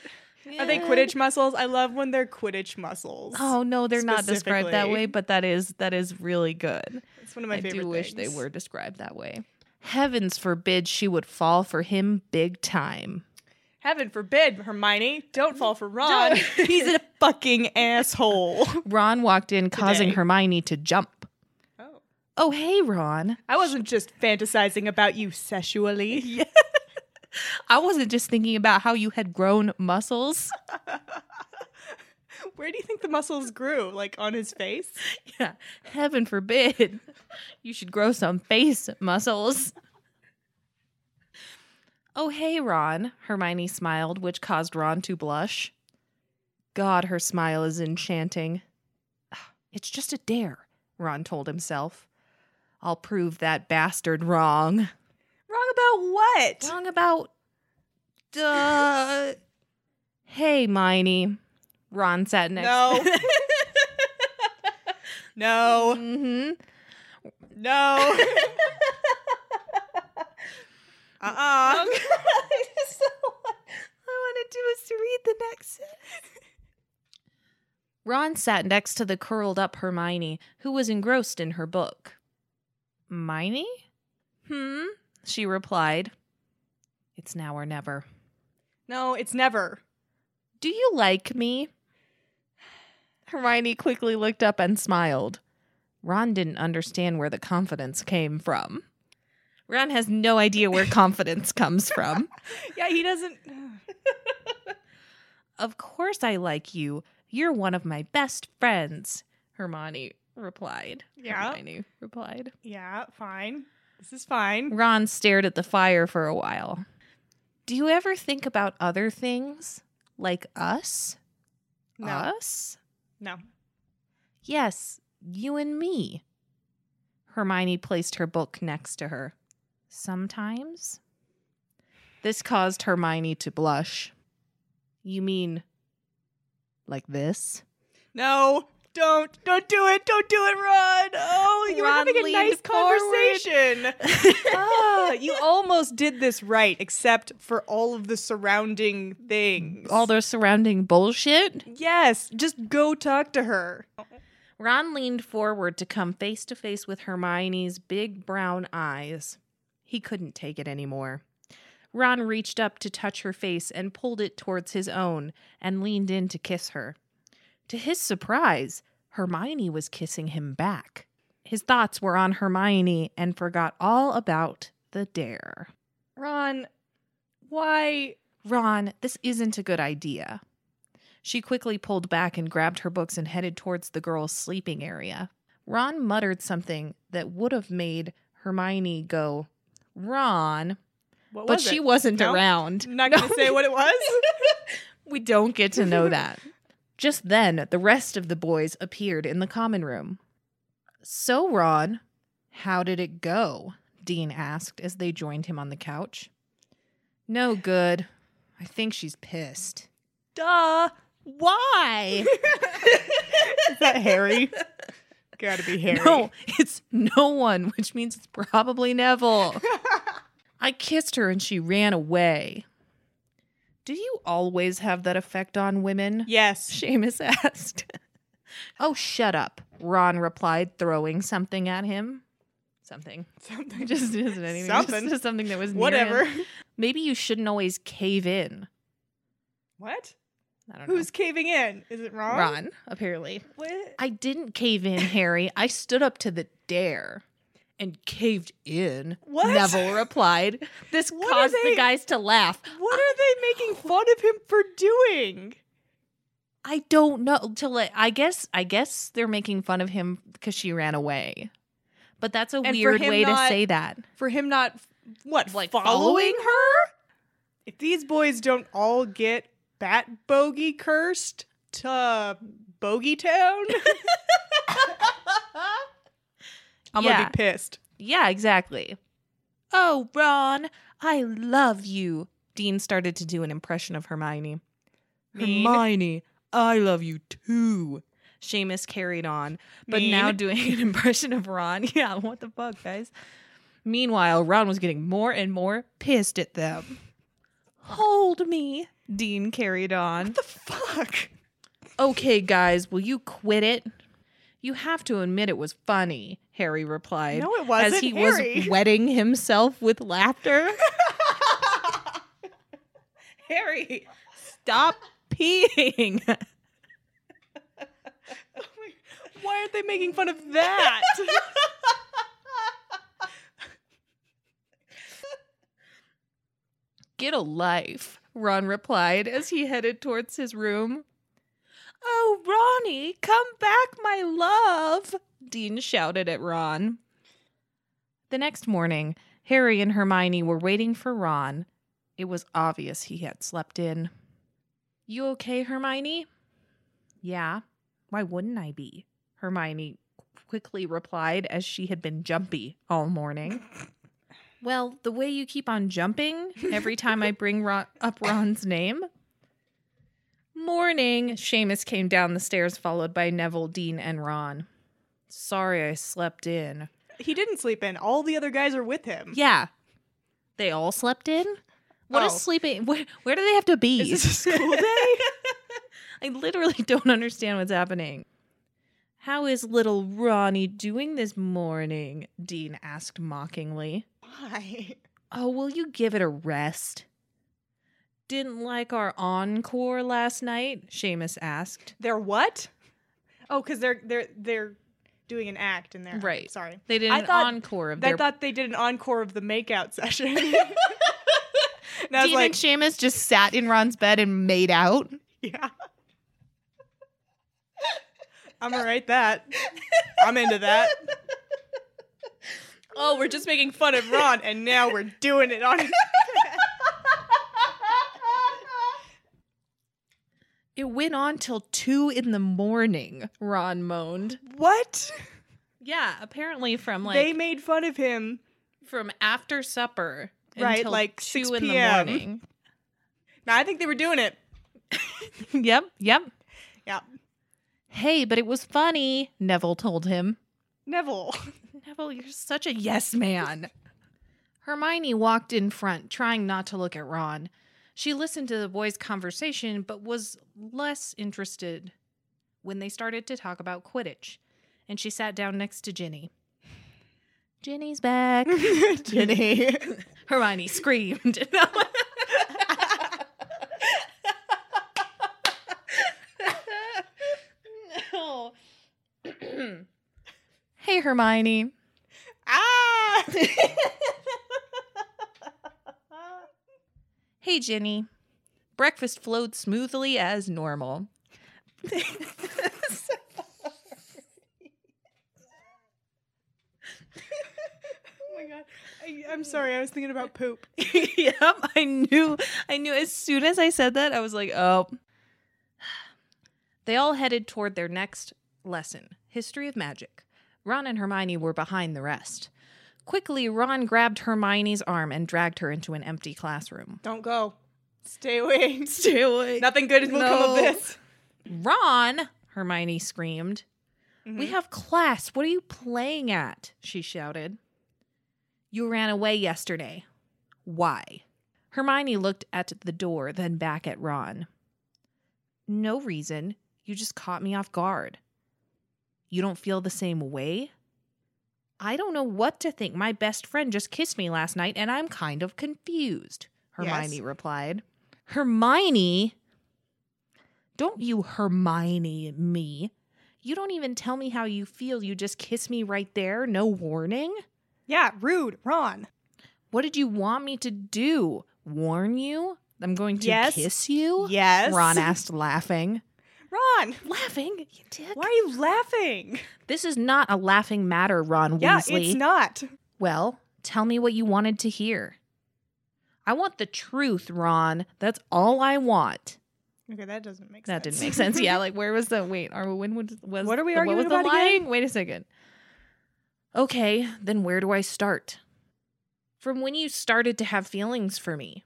Speaker 3: Are they Quidditch muscles? I love when they're Quidditch muscles.
Speaker 2: Oh no, they're not described that
Speaker 3: Specifically.
Speaker 2: way, but that is that is really good.
Speaker 3: it's one of my
Speaker 2: I
Speaker 3: favorite.
Speaker 2: do wish they
Speaker 3: things.
Speaker 2: were described that way. Heavens forbid she would fall for him big time.
Speaker 3: Heaven forbid, Hermione, don't fall for Ron. He's a fucking asshole.
Speaker 2: Ron walked in, causing
Speaker 3: Today.
Speaker 2: Hermione to jump.
Speaker 3: Oh.
Speaker 2: Oh, hey, Ron.
Speaker 3: I wasn't just fantasizing about you sexually.
Speaker 2: Yeah. I wasn't just thinking about how you had grown muscles.
Speaker 3: Where do you think the muscles grew? Like on his face?
Speaker 2: Yeah. Heaven forbid. You should grow some face muscles. Oh, hey, Ron. Hermione smiled, which caused Ron to blush. God, her smile is enchanting. It's just a dare, Ron told himself. I'll prove that bastard wrong.
Speaker 3: Wrong about what?
Speaker 2: Wrong about. Duh.
Speaker 3: Uh,
Speaker 2: hey, Miney. Ron sat next.
Speaker 3: No. no.
Speaker 2: hmm
Speaker 3: No. uh-uh.
Speaker 2: I just wanted to was to read the next. Ron sat next to the curled up Hermione, who was engrossed in her book. Miney? Hmm, she replied. It's now or never.
Speaker 3: No, it's never.
Speaker 2: Do you like me? Hermione quickly looked up and smiled. Ron didn't understand where the confidence came from. Ron has no idea where confidence comes from.
Speaker 3: Yeah, he doesn't.
Speaker 2: Of course I like you. You're one of my best friends, Hermione replied.
Speaker 3: Yeah.
Speaker 2: Hermione replied.
Speaker 3: Yeah, fine. This is fine.
Speaker 2: Ron stared at the fire for a while. Do you ever think about other things? Like us?
Speaker 3: No.
Speaker 2: Us?
Speaker 3: No.
Speaker 2: Yes, you and me. Hermione placed her book next to her. Sometimes? This caused Hermione to blush. You mean like this?
Speaker 3: No. Don't. Don't do it. Don't do it, Ron. Oh, you were
Speaker 2: Ron
Speaker 3: having a
Speaker 2: leaned
Speaker 3: nice
Speaker 2: forward.
Speaker 3: conversation. ah, you almost did this right, except for all of the surrounding things.
Speaker 2: All the surrounding bullshit?
Speaker 3: Yes, just go talk to her.
Speaker 2: Ron leaned forward to come face to face with Hermione's big brown eyes. He couldn't take it anymore. Ron reached up to touch her face and pulled it towards his own and leaned in to kiss her. To his surprise, Hermione was kissing him back. His thoughts were on Hermione and forgot all about the dare.
Speaker 3: Ron, why?
Speaker 2: Ron, this isn't a good idea. She quickly pulled back and grabbed her books and headed towards the girls' sleeping area. Ron muttered something that would have made Hermione go, Ron,
Speaker 3: What
Speaker 2: but
Speaker 3: was
Speaker 2: she
Speaker 3: it?
Speaker 2: wasn't
Speaker 3: No?
Speaker 2: around.
Speaker 3: I'm not going to
Speaker 2: No.
Speaker 3: say what it was.
Speaker 2: We don't get to know that. Just then, the rest of the boys appeared in the common room. So, Ron, how did it go? Dean asked as they joined him on the couch. No good. I think she's pissed.
Speaker 3: Duh.
Speaker 2: Why?
Speaker 3: Is that Harry? Gotta be Harry.
Speaker 2: No, it's no one, which means it's probably Neville. I kissed her and she ran away. Do you always have that effect on women?
Speaker 3: Yes.
Speaker 2: Seamus asked. oh, shut up, Ron replied, throwing something at him. Something. It
Speaker 3: Something.
Speaker 2: just isn't anything.
Speaker 3: Something.
Speaker 2: Just something that was near
Speaker 3: Whatever.
Speaker 2: him. Maybe you shouldn't always cave in.
Speaker 3: What?
Speaker 2: I don't
Speaker 3: Who's caving in? Is it
Speaker 2: know.
Speaker 3: Ron?
Speaker 2: Ron, apparently.
Speaker 3: What?
Speaker 2: I didn't cave in, Harry. I stood up to the dare and caved in.
Speaker 3: What?
Speaker 2: Neville replied. This
Speaker 3: What are
Speaker 2: caused
Speaker 3: they-
Speaker 2: the guys to laugh.
Speaker 3: What are they making fun of him for doing?
Speaker 2: I don't know. To like, I guess, I guess they're making fun of him because she ran away. But that's a
Speaker 3: for
Speaker 2: weird
Speaker 3: him
Speaker 2: way to
Speaker 3: not-
Speaker 2: say that.
Speaker 3: For him not what
Speaker 2: Like
Speaker 3: following
Speaker 2: following
Speaker 3: her? If these boys don't all get bat bogey cursed to Bogey Town, I'm
Speaker 2: yeah,
Speaker 3: gonna be pissed.
Speaker 2: yeah, exactly. Oh, Ron, I love you. Dean started to do an impression of Hermione.
Speaker 3: Mean.
Speaker 2: Hermione, I love you too. Seamus carried on, but now
Speaker 3: Mean.
Speaker 2: doing an impression of Ron. Yeah, what the fuck, guys? Meanwhile, Ron was getting more and more pissed at them. Hold me, Dean carried on.
Speaker 3: the fuck?
Speaker 2: Okay, guys, will you quit it? You have to admit it was funny, Harry replied.
Speaker 3: No, it wasn't.
Speaker 2: As he
Speaker 3: Harry.
Speaker 2: was wetting himself with laughter. Harry, stop peeing.
Speaker 3: Why aren't they making fun of that?
Speaker 2: Get a life, Ron replied as he headed towards his room. Oh, Ronnie, come back, my love, Dean shouted at Ron. The next morning, Harry and Hermione were waiting for Ron. It was obvious he had slept in. You okay, Hermione? Yeah, why wouldn't I be? Hermione quickly replied as she had been jumpy all morning. Well, the way you keep on jumping every time I bring Ron- up Ron's name. Morning, Seamus came down the stairs, followed by Neville, Dean, and Ron. Sorry I slept in.
Speaker 3: he didn't sleep in. All the other guys are with him.
Speaker 2: Yeah. They all slept in? What is
Speaker 3: Oh.
Speaker 2: sleeping? Where, where do they have to be?
Speaker 3: Is this a school day?
Speaker 2: I literally don't understand what's happening. How is little Ronnie doing this morning? Dean asked mockingly.
Speaker 3: Why?
Speaker 2: Oh, will you give it a rest? Didn't like our encore last night? Seamus asked.
Speaker 3: They're what? Oh, because they're they're they're doing an act in there.
Speaker 2: Right.
Speaker 3: Sorry.
Speaker 2: They did
Speaker 3: I
Speaker 2: an
Speaker 3: thought-
Speaker 2: encore of
Speaker 3: I
Speaker 2: their.
Speaker 3: thought they did an encore of the makeout session. and I was
Speaker 2: Dean
Speaker 3: like,
Speaker 2: and Seamus just sat in Ron's bed and made out.
Speaker 3: yeah. I'm gonna write that. I'm into that.
Speaker 2: Oh, we're just making
Speaker 3: Fun of Ron, and now we're doing it on.
Speaker 2: It went on till two in the morning, Ron moaned.
Speaker 3: what?
Speaker 2: Yeah, apparently from like
Speaker 3: they made fun of him.
Speaker 2: from after supper.
Speaker 3: Right,
Speaker 2: until
Speaker 3: like
Speaker 2: 2
Speaker 3: 6
Speaker 2: in the
Speaker 3: p.m..
Speaker 2: morning.
Speaker 3: Now I think they were doing it.
Speaker 2: yep, yep.
Speaker 3: Yeah.
Speaker 2: Hey, but it was funny, Neville told him.
Speaker 3: Neville.
Speaker 2: Neville, you're such a yes man. Hermione walked in front, trying not to look at Ron. She listened to the boys' conversation, but was less interested when they started to talk about Quidditch, and she sat down next to Ginny. Ginny's back.
Speaker 3: Ginny.
Speaker 2: Hermione screamed. no. hey, Hermione.
Speaker 3: ah.
Speaker 2: Hey, Ginny. Breakfast flowed smoothly as normal.
Speaker 3: Oh my god. I, I'm sorry. I was thinking about poop.
Speaker 2: yep, I knew. I knew as soon as I said that, I was like, oh. They all headed toward their next lesson History of Magic. Ron and Hermione were behind the rest. Quickly, Ron grabbed Hermione's arm and dragged her into an empty classroom.
Speaker 3: Don't go. Stay away.
Speaker 2: Stay away.
Speaker 3: Nothing good will come
Speaker 2: No.
Speaker 3: of this.
Speaker 2: Ron! Hermione screamed. We
Speaker 3: Mhm.
Speaker 2: have class. What are you playing at? She shouted. You ran away yesterday. Why? Hermione looked at the door, then back at Ron. No reason. You just caught me off guard. You don't feel the same way? I don't know what to think. My best friend just kissed me last night and I'm kind of confused, Hermione
Speaker 3: Yes.
Speaker 2: replied. Hermione? Don't you Hermione me. You don't even tell me how you feel. You just kiss me right there, no warning.
Speaker 3: Yeah, rude, Ron.
Speaker 2: What did you want me to do? Warn you? I'm going to
Speaker 3: Yes.
Speaker 2: kiss you?
Speaker 3: Yes.
Speaker 2: Ron asked, laughing.
Speaker 3: Ron,
Speaker 2: Laughing? You dick.
Speaker 3: why are you laughing?
Speaker 2: This is not a laughing matter, Ron
Speaker 3: Yeah,
Speaker 2: Weasley.
Speaker 3: it's not.
Speaker 2: well, tell me what you wanted to hear. I want the truth, Ron. That's all I want.
Speaker 3: Okay, that doesn't make sense.
Speaker 2: That didn't make sense. Yeah, like where was the wait? Are when was, was
Speaker 3: What are we
Speaker 2: the-
Speaker 3: arguing
Speaker 2: was
Speaker 3: about
Speaker 2: the
Speaker 3: again?
Speaker 2: lying? Wait a second. Okay, then where do I start? From when you started to have feelings for me,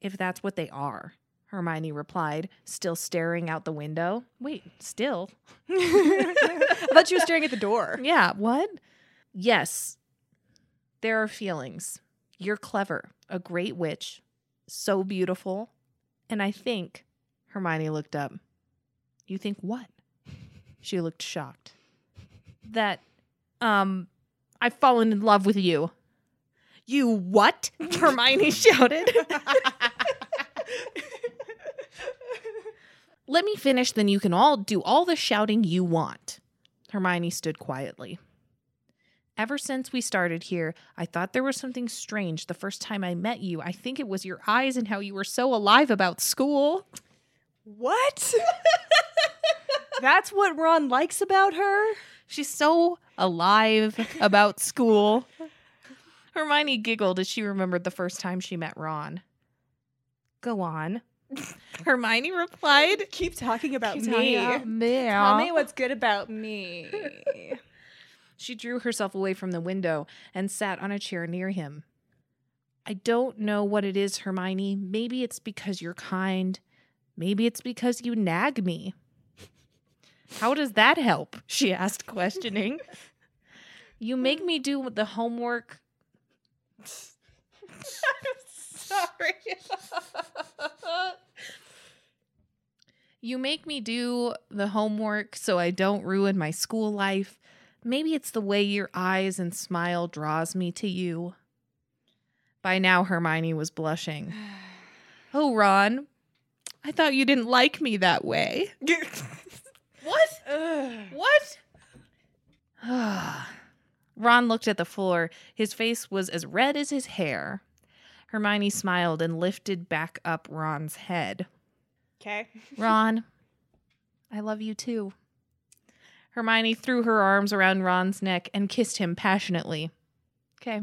Speaker 2: if that's what they are, Hermione replied, still staring out the window. Wait, still?
Speaker 3: I thought you were staring at the door.
Speaker 2: Yeah, what? Yes, there are feelings. You're clever, a great witch, so beautiful. And I think, Hermione looked up. You think what? She looked shocked. That, um, I've fallen in love with you. You what? Hermione shouted. Let me finish, then you can all do all the shouting you want. Hermione stood quietly. Ever since we started here, I thought there was something strange the first time I met you. I think it was your eyes and how you were so alive about school.
Speaker 3: What? That's what Ron likes about her?
Speaker 2: She's so alive about school. Hermione giggled as she remembered the first time she met Ron. Go on. Hermione replied,
Speaker 3: Keep talking about
Speaker 2: Keep talking
Speaker 3: me.
Speaker 2: about
Speaker 3: Tell me what's good about me.
Speaker 2: She drew herself away from the window and sat on a chair near him. I don't know what it is, Hermione. Maybe it's because you're kind. Maybe it's because you nag me. How does that help? She asked, questioning. you make me do the homework.
Speaker 3: Sorry.
Speaker 2: You make me do the homework so I don't ruin my school life. Maybe it's the way your eyes and smile draws me to you. By now, Hermione was blushing. Oh, Ron, I thought you didn't like me that way. What? What? Ron looked at the floor. His face was as red as his hair. Hermione smiled and lifted back up Ron's head.
Speaker 3: okay.
Speaker 2: Ron, I love you too. Hermione threw her arms around Ron's neck and kissed him passionately. Okay.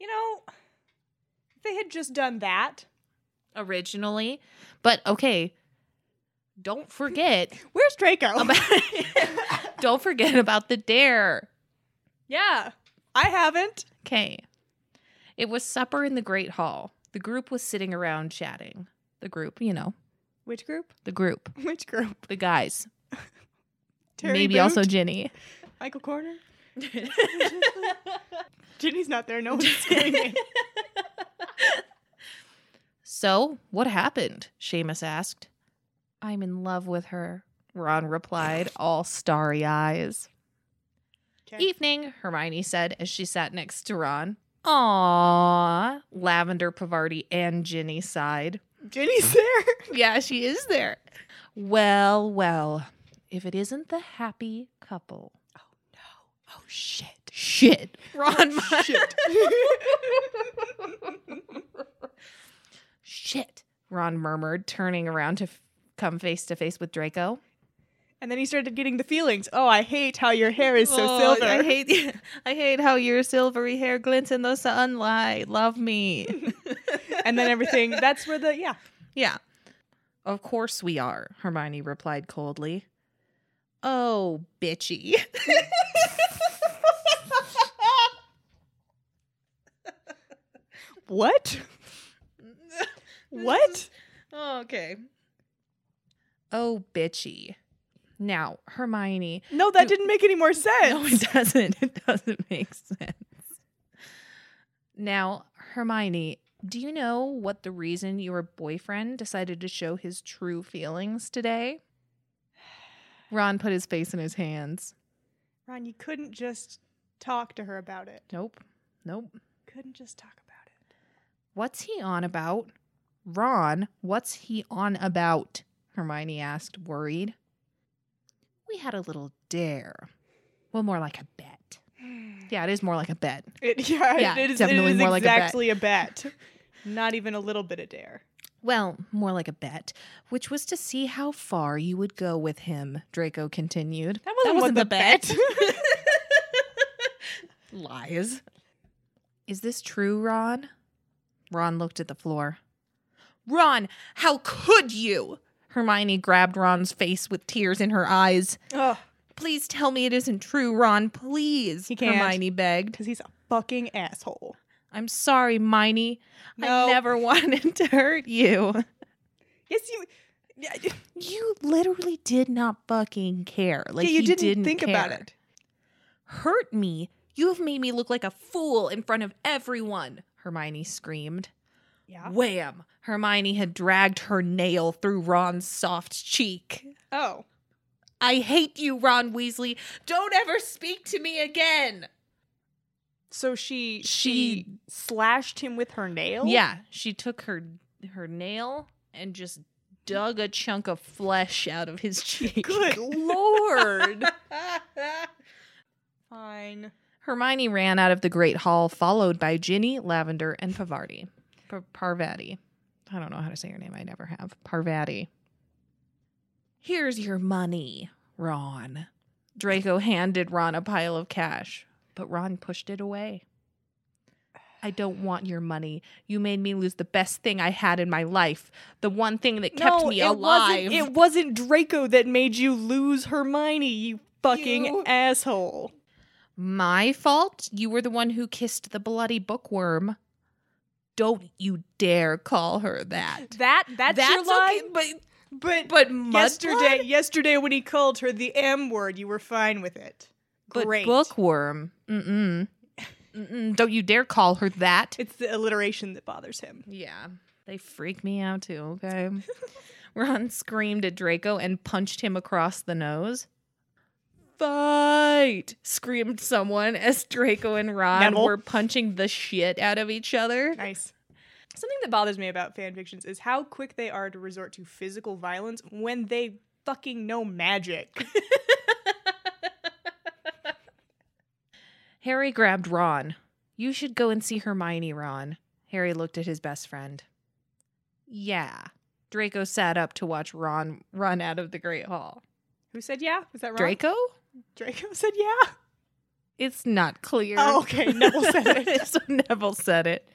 Speaker 3: You know, if they had just done that.
Speaker 2: Originally, but okay. Don't forget
Speaker 3: Where's Draco?
Speaker 2: about Don't forget about the dare.
Speaker 3: yeah. I haven't.
Speaker 2: Okay. It was supper in the great hall. The group was sitting around chatting. The group, you know,
Speaker 3: Which group?
Speaker 2: the group,
Speaker 3: Which group?
Speaker 2: the guys,
Speaker 3: Terry
Speaker 2: maybe
Speaker 3: Boot?
Speaker 2: also Ginny.
Speaker 3: Michael Corner? Ginny's not there. No one's screaming.
Speaker 2: so, what happened? Seamus asked. I'm in love with her, Ron replied, all starry eyes.
Speaker 3: Okay.
Speaker 2: Evening, Hermione said as she sat next to Ron. Aww. Lavender, Pavarti, and Ginny sighed.
Speaker 3: Ginny's there.
Speaker 2: Yeah, she is there. Well, well, if it isn't the happy couple.
Speaker 3: Oh, shit.
Speaker 2: Shit. Ron,
Speaker 3: Oh, Shit.
Speaker 2: Shit. Ron murmured, turning around to f- come face to face with Draco.
Speaker 3: and then he started getting the feelings. Oh, I hate how your hair is so silver.
Speaker 2: Oh, I hate, I hate how your silvery hair glints in the sunlight. Love me.
Speaker 3: and then everything. That's where the yeah.
Speaker 2: yeah. Of course we are, Hermione replied coldly. Oh, bitchy.
Speaker 3: What? What?
Speaker 2: okay. Oh, bitchy. Now, Hermione,
Speaker 3: No, that didn't make any more sense.
Speaker 2: No, it doesn't. It doesn't make sense. Now, Hermione, do you know what the reason your boyfriend decided to show his true feelings today? Ron put his face in his hands.
Speaker 3: Ron, you couldn't just talk to her about it.
Speaker 2: Nope. Nope.
Speaker 3: Couldn't just talk about it.
Speaker 2: What's he on about? Ron, what's he on about? Hermione asked, worried. We had a little dare. Well, more like a bet. Yeah, it is more like a bet.
Speaker 3: It yeah,
Speaker 2: Yeah,
Speaker 3: it is,
Speaker 2: definitely
Speaker 3: it is
Speaker 2: more like a bet.
Speaker 3: exactly a bet. Not even a little bit of dare.
Speaker 2: Well, more like a bet, which was to see how far you would go with him, Draco continued.
Speaker 3: That wasn't what the bet.
Speaker 2: Lies. Is this true, Ron? Ron looked at the floor. Ron, how could you? Hermione grabbed Ron's face with tears in her eyes.
Speaker 3: Oh,
Speaker 2: Please tell me it isn't true, Ron. Please,
Speaker 3: He can't.
Speaker 2: Hermione begged.
Speaker 3: because he's a fucking asshole.
Speaker 2: I'm sorry, Miney.
Speaker 3: No.
Speaker 2: I never wanted to hurt you.
Speaker 3: Yes, you. Yeah, yeah,
Speaker 2: You literally did not fucking care. Like
Speaker 3: you
Speaker 2: he
Speaker 3: didn't, think
Speaker 2: care.
Speaker 3: about it.
Speaker 2: Hurt me? You've made me look like a fool in front of everyone. Hermione screamed.
Speaker 3: Yeah.
Speaker 2: Wham! Hermione had dragged her nail through Ron's soft cheek.
Speaker 3: Oh.
Speaker 2: I hate you, Ron Weasley. Don't ever speak to me again.
Speaker 3: So she,
Speaker 2: She-
Speaker 3: she slashed him with her nail.
Speaker 2: Yeah, she took her her nail and just dug a chunk of flesh out of his cheek.
Speaker 3: Good lord. Fine.
Speaker 2: Hermione ran out of the Great Hall, followed by Ginny, Lavender, and Pavarti. P- Parvati. I don't know how to say your name. I never have. Parvati. Here's your money, Ron. Draco handed Ron a pile of cash, but Ron pushed it away. I don't want your money. You made me lose the best thing I had in my life, the one thing that kept
Speaker 3: no,
Speaker 2: me
Speaker 3: it
Speaker 2: alive.
Speaker 3: Wasn't, it wasn't Draco that made you lose Hermione, you fucking
Speaker 2: You-
Speaker 3: asshole.
Speaker 2: My fault? You were the one who kissed the bloody bookworm. Don't you dare call her that.
Speaker 3: That that's, your lie.
Speaker 2: okay, but
Speaker 3: But,
Speaker 2: but mudblood?
Speaker 3: yesterday, yesterday when he called her the M word, you were fine with it.
Speaker 2: but
Speaker 3: Great.
Speaker 2: bookworm. Mm-mm. Mm-mm. Don't you dare call her that.
Speaker 3: It's the alliteration that bothers him.
Speaker 2: Yeah, they freak me out too. Okay, Ron screamed at Draco and punched him across the nose. Fight! Screamed someone as Draco and Ron
Speaker 3: Neville.
Speaker 2: were punching the shit out of each other.
Speaker 3: Nice. Something that bothers me about fan fictions is how quick they are to resort to physical violence when they fucking know magic.
Speaker 2: Harry grabbed Ron. You should go and see Hermione, Ron. Harry looked at his best friend. Yeah. Draco sat up to watch Ron run out of the Great Hall.
Speaker 3: Who said yeah? Was that wrong?
Speaker 2: Draco?
Speaker 3: Draco said yeah.
Speaker 2: It's not clear.
Speaker 3: Oh, okay. Neville said it.
Speaker 2: so Neville said it.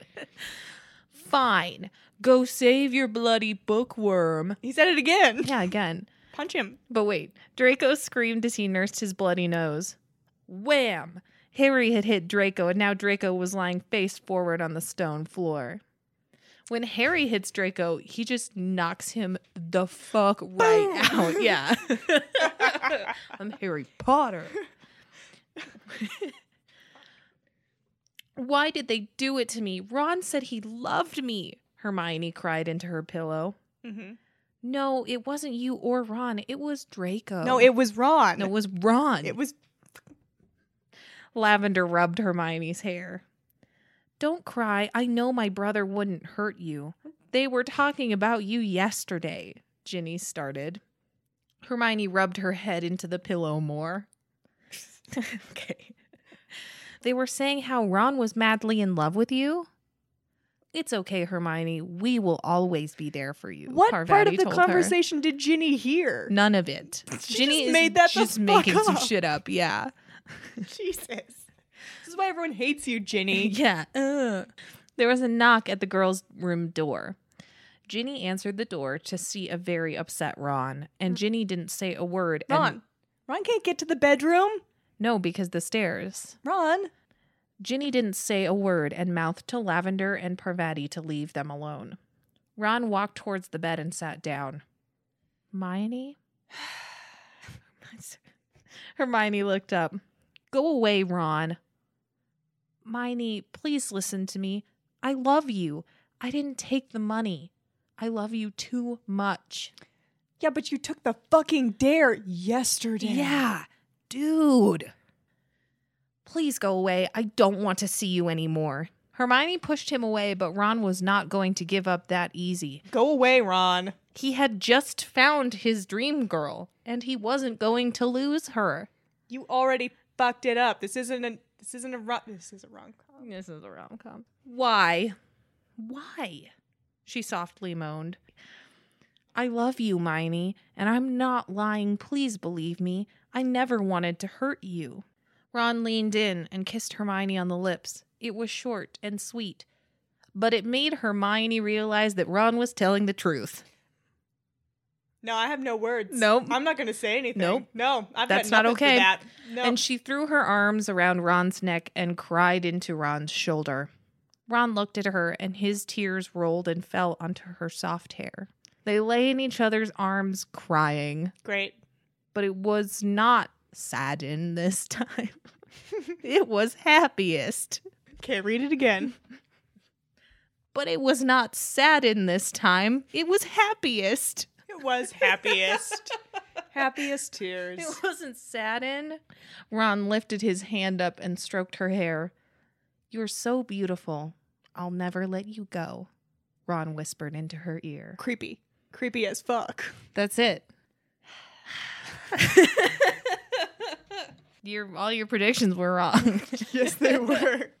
Speaker 2: Fine. Go save your bloody bookworm.
Speaker 3: He said it again.
Speaker 2: Yeah, again.
Speaker 3: Punch him.
Speaker 2: But wait, Draco screamed as he nursed his bloody nose. Wham! Harry had hit Draco, and now Draco was lying face forward on the stone floor. When Harry hits Draco, he just knocks him the fuck right
Speaker 3: Boom.
Speaker 2: out. Yeah. I'm Harry Potter. Why did they do it to me? Ron said he loved me, Hermione cried into her pillow.
Speaker 3: Mhm.
Speaker 2: No, it wasn't you or Ron. It was Draco.
Speaker 3: No, it was Ron.
Speaker 2: Oh. No, it was Ron.
Speaker 3: it was
Speaker 2: Lavender rubbed Hermione's hair. Don't cry. I know my brother wouldn't hurt you. They were talking about you yesterday, Ginny started. Hermione rubbed her head into the pillow more. okay. They were saying how Ron was madly in love with you. It's okay, Hermione. We will always be there for you.
Speaker 3: what part
Speaker 2: Parvati
Speaker 3: of the
Speaker 2: told her.
Speaker 3: conversation did Ginny hear?
Speaker 2: None of it.
Speaker 3: She
Speaker 2: Ginny
Speaker 3: just
Speaker 2: is
Speaker 3: made that the
Speaker 2: just
Speaker 3: fuck
Speaker 2: making some
Speaker 3: up.
Speaker 2: shit up. Yeah.
Speaker 3: Jesus. This is why everyone hates you, Ginny.
Speaker 2: Yeah. Ugh. There was a knock at the girl's room door. Ginny answered the door to see a very upset Ron, and Ginny didn't say a word. and-
Speaker 3: Ron. Ron can't get to the bedroom.
Speaker 2: no, because the stairs.
Speaker 3: Ron.
Speaker 2: Ginny didn't say a word and mouthed to Lavender and Parvati to leave them alone. Ron walked towards the bed and sat down. Hermione? Hermione looked up. Go away, Ron. Hermione, please listen to me. I love you. I didn't take the money. I love you too much.
Speaker 3: Yeah, but you took the fucking dare yesterday.
Speaker 2: Yeah, dude. Please go away. I don't want to see you anymore. Hermione pushed him away, but Ron was not going to give up that easy.
Speaker 3: Go away, Ron.
Speaker 2: He had just found his dream girl, and he wasn't going to lose her.
Speaker 3: You already fucked it up. This isn't a this isn't a rom- this is a rom com.
Speaker 2: This is a rom com. Why? Why? She softly moaned. I love you, Miney, and I'm not lying. Please believe me. I never wanted to hurt you. Ron leaned in and kissed Hermione on the lips. It was short and sweet, but it made Hermione realize that Ron was telling the truth.
Speaker 3: No, I have no words.
Speaker 2: Nope.
Speaker 3: I'm not gonna say anything.
Speaker 2: Nope.
Speaker 3: No, I've
Speaker 2: That's
Speaker 3: got
Speaker 2: not
Speaker 3: nothing for
Speaker 2: okay.
Speaker 3: that. No.
Speaker 2: And she threw her arms around Ron's neck and cried into Ron's shoulder. Ron looked at her, and his tears rolled and fell onto her soft hair. They lay in each other's arms, crying,
Speaker 3: Great.
Speaker 2: but it was not saddened this time. it was happiest,
Speaker 3: Okay, read it again.
Speaker 2: but it was not saddened this time. It was happiest.
Speaker 3: It was happiest. happiest tears.
Speaker 2: It wasn't saddened. Ron lifted his hand up and stroked her hair. You're so beautiful. I'll never let you go, Ron whispered into her ear.
Speaker 3: Creepy. creepy as fuck.
Speaker 2: That's it. your all your predictions were wrong.
Speaker 3: yes, they were.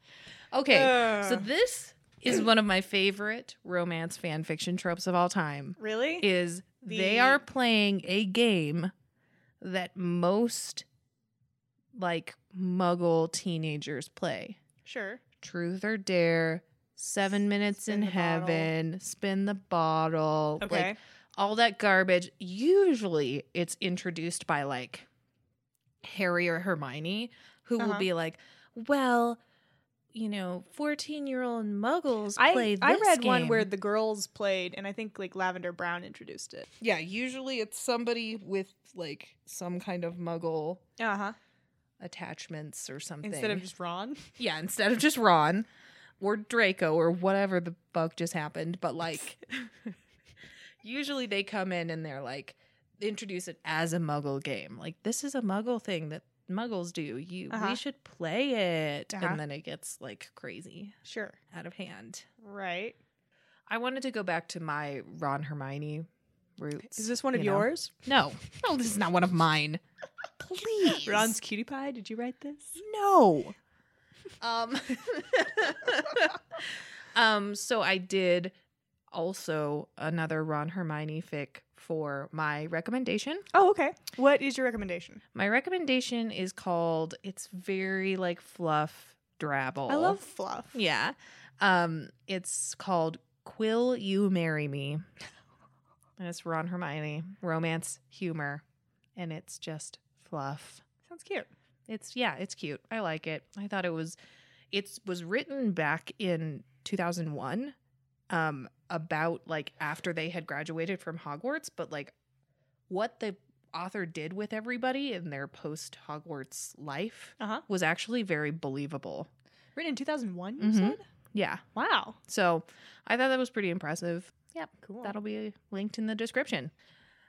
Speaker 3: Uh.
Speaker 2: Okay. so
Speaker 3: Ugh.
Speaker 2: this is one of my favorite romance fan fiction tropes of all time.
Speaker 3: Really?
Speaker 2: Is they
Speaker 3: The-
Speaker 2: are playing a game that most like muggle teenagers play.
Speaker 3: sure.
Speaker 2: Truth or dare, 7 minutes
Speaker 3: Spin
Speaker 2: in
Speaker 3: the bottle.
Speaker 2: heaven, spin the bottle,
Speaker 3: Okay.
Speaker 2: like all that garbage. Usually it's introduced by like Harry or Hermione, who will
Speaker 3: Uh-huh.
Speaker 2: be like, well, you know, 14 year old muggles play
Speaker 3: I,
Speaker 2: this
Speaker 3: I read one
Speaker 2: game."
Speaker 3: where the girls played, and I think like Lavender Brown introduced it.
Speaker 2: Yeah, usually it's somebody with like some kind of muggle
Speaker 3: Uh huh.
Speaker 2: attachments or something.
Speaker 3: Instead of just Ron.
Speaker 2: yeah, instead of just Ron or Draco or whatever the fuck just happened, but like usually they come in and they're like introduce it as a muggle game. Like this is a muggle thing that muggles do. You
Speaker 3: Uh-huh.
Speaker 2: we should play it.
Speaker 3: Uh-huh.
Speaker 2: And then it gets like crazy
Speaker 3: Sure.
Speaker 2: out of hand.
Speaker 3: Right.
Speaker 2: I wanted to go back to my Ron Hermione roots.
Speaker 3: Is this one of
Speaker 2: you know?
Speaker 3: yours?
Speaker 2: No. No, this is not one of mine. Please.
Speaker 3: Ron's cutie pie. Did you write this?
Speaker 2: No. Um, um, so I did also another Ron Hermione fic for my recommendation.
Speaker 3: Oh, okay. What is your recommendation?
Speaker 2: My recommendation is called It's Very Like Fluff Drabble.
Speaker 3: I love fluff.
Speaker 2: Yeah. Um, it's called Quill You Marry Me. And it's Ron Hermione, romance, humor, and it's just fluff.
Speaker 3: Sounds cute.
Speaker 2: It's yeah, it's cute. I like it. I thought it was it was written back in 2001 um about like after they had graduated from Hogwarts, but like what the author did with everybody in their post Hogwarts life
Speaker 3: Uh huh.
Speaker 2: was actually very believable.
Speaker 3: Written in 2001, you
Speaker 2: Mhm.
Speaker 3: said?
Speaker 2: Yeah.
Speaker 3: Wow.
Speaker 2: So, I thought that was pretty impressive.
Speaker 3: Cool.
Speaker 2: That'll be linked in the description.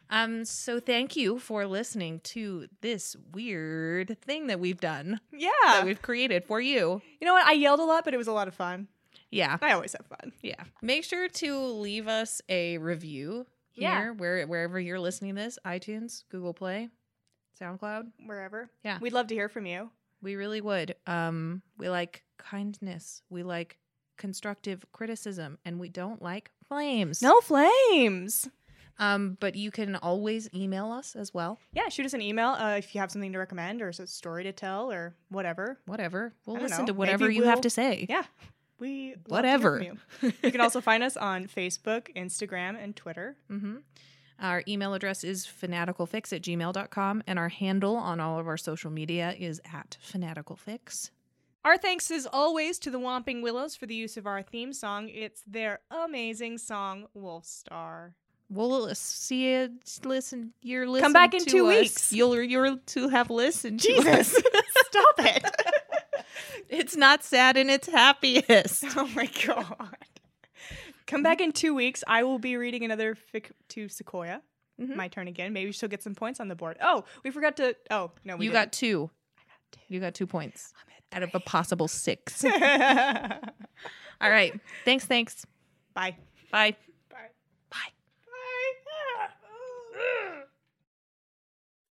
Speaker 2: Um so thank you for listening to this weird thing that we've done
Speaker 3: yeah.
Speaker 2: that we've created for you.
Speaker 3: you know what? I yelled a lot, but it was a lot of fun.
Speaker 2: Yeah.
Speaker 3: I always have fun.
Speaker 2: Yeah. Make sure to leave us a review here,
Speaker 3: Yeah.
Speaker 2: where wherever you're listening to this, iTunes, Google Play, SoundCloud.
Speaker 3: Wherever.
Speaker 2: Yeah.
Speaker 3: We'd love to hear from you.
Speaker 2: We really would. Um, we like kindness. We like constructive criticism, and we don't like flames.
Speaker 3: No flames.
Speaker 2: Um, but you can always email us as well.
Speaker 3: Yeah, shoot us an email uh, if you have something to recommend or s- a story to tell or whatever.
Speaker 2: Whatever. We'll
Speaker 3: I don't
Speaker 2: listen
Speaker 3: know.
Speaker 2: to
Speaker 3: Maybe
Speaker 2: whatever you have
Speaker 3: we'll-
Speaker 2: to say.
Speaker 3: Yeah. We love to hear
Speaker 2: Whatever.
Speaker 3: from you. You can also find us on Facebook, Instagram, and Twitter.
Speaker 2: Mm-hmm. Our email address is fanaticalfix at gmail.com, and our handle on all of our social media is at fanaticalfix.
Speaker 3: Our thanks, as always, to the Whomping Willows for the use of our theme song. It's their amazing song, Wolf Star.
Speaker 2: We'll see you. Listen, you're listening.
Speaker 3: back in
Speaker 2: to
Speaker 3: two
Speaker 2: us.
Speaker 3: weeks.
Speaker 2: You'll you're to have listened. to
Speaker 3: Jesus.
Speaker 2: us.
Speaker 3: Stop it.
Speaker 2: it's not sad and it's happiest.
Speaker 3: oh my God. Come back in two weeks. I will be reading another fic to Sequoia.
Speaker 2: Mhm.
Speaker 3: My turn again. Maybe she'll get some points on the board. Oh, we forgot to. Oh, no, we
Speaker 2: You
Speaker 3: didn't.
Speaker 2: got two.
Speaker 3: two.
Speaker 2: You got two points out of a possible six.
Speaker 3: got.
Speaker 2: All right. Thanks. Thanks.
Speaker 3: Bye.
Speaker 2: Bye.